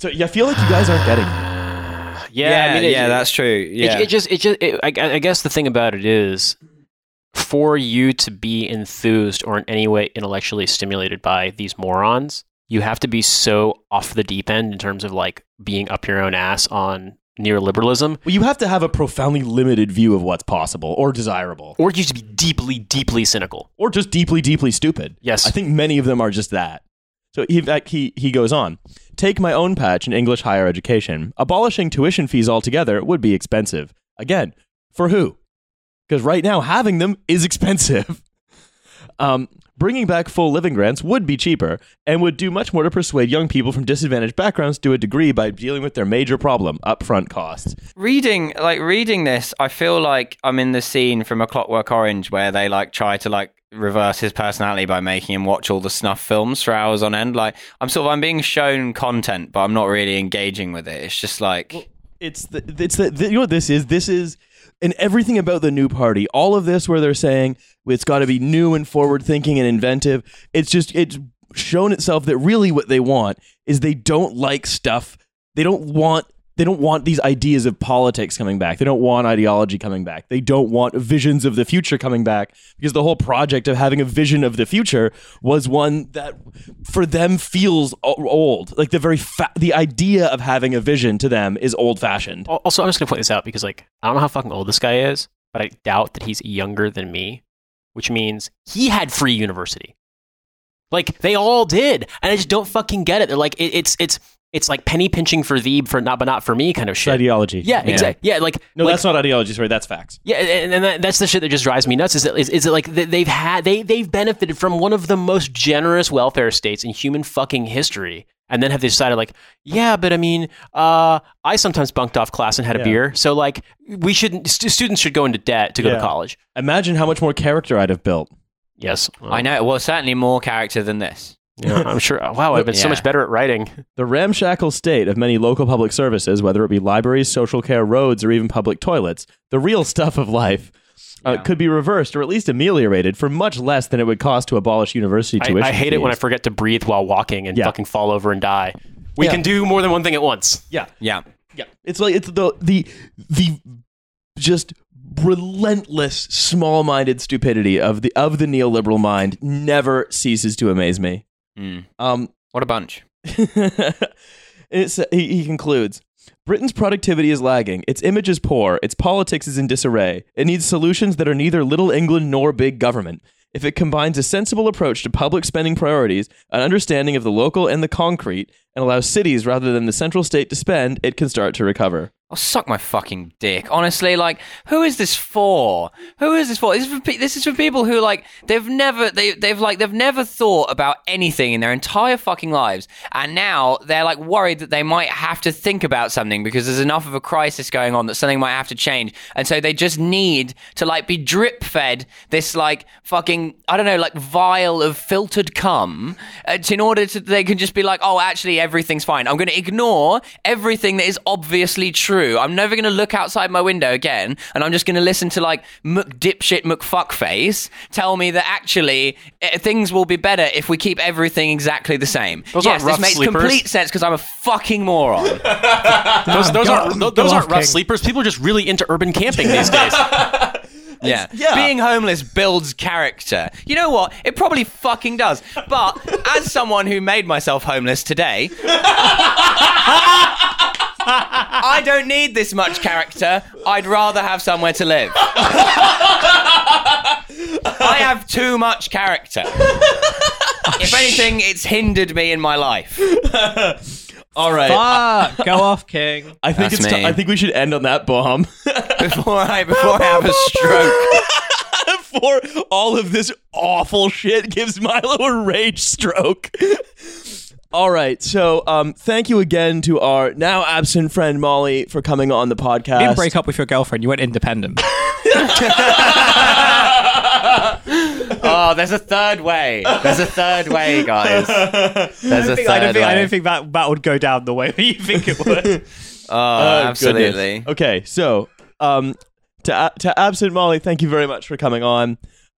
so yeah, i feel like you guys aren't getting it.
Yeah,
yeah,
I mean, it-
yeah, that's true.
it-
Yeah,
It, just it just it, I, I guess the thing about it is for you to be enthused or in any way intellectually stimulated by these morons, you have to be so off the deep end in terms of like being up your own ass on neoliberalism
Well, you have to have a profoundly limited view of what's possible or desirable
or you just be deeply deeply cynical
or just deeply, deeply stupid.
Yes.
I think many of them are just that. So he, in fact, he, he goes on Take my own patch in English higher education. Abolishing tuition fees altogether would be expensive. Again, for who? Because right now, having them is expensive. Um, bringing back full living grants would be cheaper and would do much more to persuade young people from disadvantaged backgrounds to a degree by dealing with their major problem upfront costs.
reading like reading this i feel like i'm in the scene from a clockwork orange where they like try to like reverse his personality by making him watch all the snuff films for hours on end like i'm sort of i'm being shown content but i'm not really engaging with it it's just like
it's the it's the, the you know what this is this is and everything about the new party all of this where they're saying it's got to be new and forward thinking and inventive it's just it's shown itself that really what they want is they don't like stuff they don't want they don't want these ideas of politics coming back. They don't want ideology coming back. They don't want visions of the future coming back because the whole project of having a vision of the future was one that for them feels o- old. Like the very fa- the idea of having a vision to them is old fashioned.
Al- Also, I'm just gonna point this out because like I don't know how fucking old this guy is, but I doubt that he's younger than me, which means he had free university. Like they all did, and I just don't fucking get it. They're like it, it's it's it's like penny pinching for thee, for not but not for me kind of shit.
ideology.
Yeah, exactly. Yeah, like
No,
like,
that's not ideology. Sorry, that's facts.
yeah, and, and that, that's the shit that just drives me nuts. Is that is, is it like they- they've had they they've benefited from one of the most generous welfare states in human fucking history, and then have decided like, yeah, but I mean, uh, I sometimes bunked off class and had
Yeah.
a beer, so like we shouldn't stu students should go into debt to go
Yeah.
to college.
Imagine how much more character I'd have built.
Yes,
i know well certainly more character than this
Yeah, I'm sure. Wow, I've been so
Yeah.
much better at writing.
The ramshackle state of many local public services, whether it be libraries, social care, roads, or even public toilets, the real stuff of life, uh, could be reversed or at least ameliorated for much less than it would cost to abolish university
I,
tuition.
I hate it when I
fees.
forget to breathe while walking and
Yeah.
fucking fall over and die. We
Yeah.
can do more than one thing at once.
Yeah,
yeah
yeah. It's like it's the the the just relentless small-minded stupidity of the of the neoliberal mind never ceases to amaze me.
Hmm.
Mm.
Um,
what a bunch
it's, uh, he, he concludes Britain's productivity is lagging. Its image is poor. Its politics is in disarray. It needs solutions that are neither little England nor big government. If it combines a sensible approach to public spending priorities, an understanding of the local and the concrete, and allows cities rather than the central state to spend, it can start to recover.
I'll suck my fucking dick. Honestly, like, who is this for? Who is this for? This is for, pe- this is for people who like they've never they they've like they've never thought about anything in their entire fucking lives, and now they're like worried that they might have to think about something because there's enough of a crisis going on that something might have to change, and so they just need to like be drip fed this like fucking I don't know like vial of filtered cum uh, t- in order to they can just be like, oh, actually everything's fine. I'm going to ignore everything that is obviously true. I'm never going to look outside my window again, and I'm just going to listen to like Mc dipshit McFuckface tell me that actually eh, things will be better if we keep everything exactly the same.
Those
yes,
aren't
this
rough
makes
sleepers.
complete sense because I'm a fucking moron.
Those, those
go-
aren't, those,
go
those
off,
aren't rough
King.
sleepers. People are just really into urban camping these days.
Yeah.
yeah.
Being homeless builds character. You know what? It probably fucking does. But as someone who made myself homeless today, I don't need this much character. I'd rather have somewhere to live. I have too much character. If anything, it's hindered me in my life.
All right.
Ah, go off, King.
I think
That's
it's. ti-
me.
I think we should end on that bomb.
Before I before I have a stroke.
For all of this awful shit gives Milo a rage stroke. All right, so um, thank you again to our now absent friend Molly for coming on the podcast.
You didn't break up with your girlfriend. You went independent.
Oh, there's a third way. There's a third way, guys. There's a third
I don't think,
way.
I don't think that, that would go down the way that you think it would.
Oh,
Oh,
absolutely.
goodness. Okay, so um, to to absent Molly, thank you very much for coming on.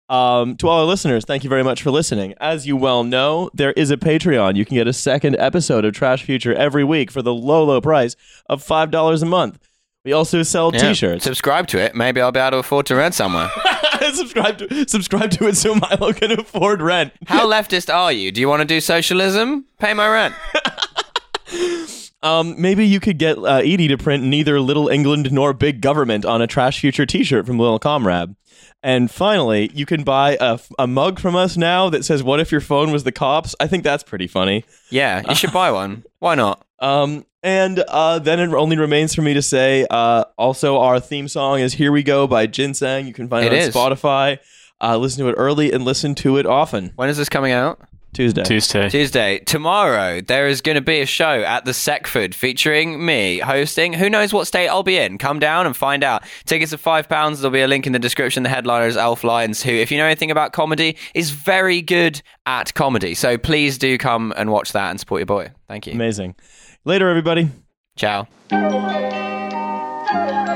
Um, to all our listeners, thank you very much for listening. As you well know, there is a Patreon. You can get a second episode of Trash Future every week for the low, low price of five dollars a month. We also sell
Yeah.
Oh, T-shirts.
Subscribe to it. Maybe I'll be able to afford to rent somewhere.
subscribe to subscribe to it so Milo can afford rent.
How leftist are you? Do you want to do socialism? Pay my rent.
Um, maybe you could get uh, Edie to print neither Little England nor Big Government on a Trash Future T-shirt from Little Comrade. And finally, you can buy a, a mug from us now that says "What if your phone was the cops?" I think that's pretty funny.
Yeah, you should buy one. Why not?
Um, and uh, then it only remains for me to say. Uh, also, our theme song is "Here We Go" by Ginseng. You can find it,
It
on
is.
Spotify. Uh, listen to it early and listen to it often.
When is this coming out?
Tuesday.
Tuesday.
Tuesday. Tomorrow, there is going to be a show at the Sackford featuring me hosting. Who knows what state I'll be in? Come down and find out. Tickets are £5. There'll be a link in the description. The headliner is Alf Lyons, who, if you know anything about comedy, is very good at comedy. So please do come and watch that and support your boy. Thank you.
Amazing. Later, everybody.
Ciao.
Thank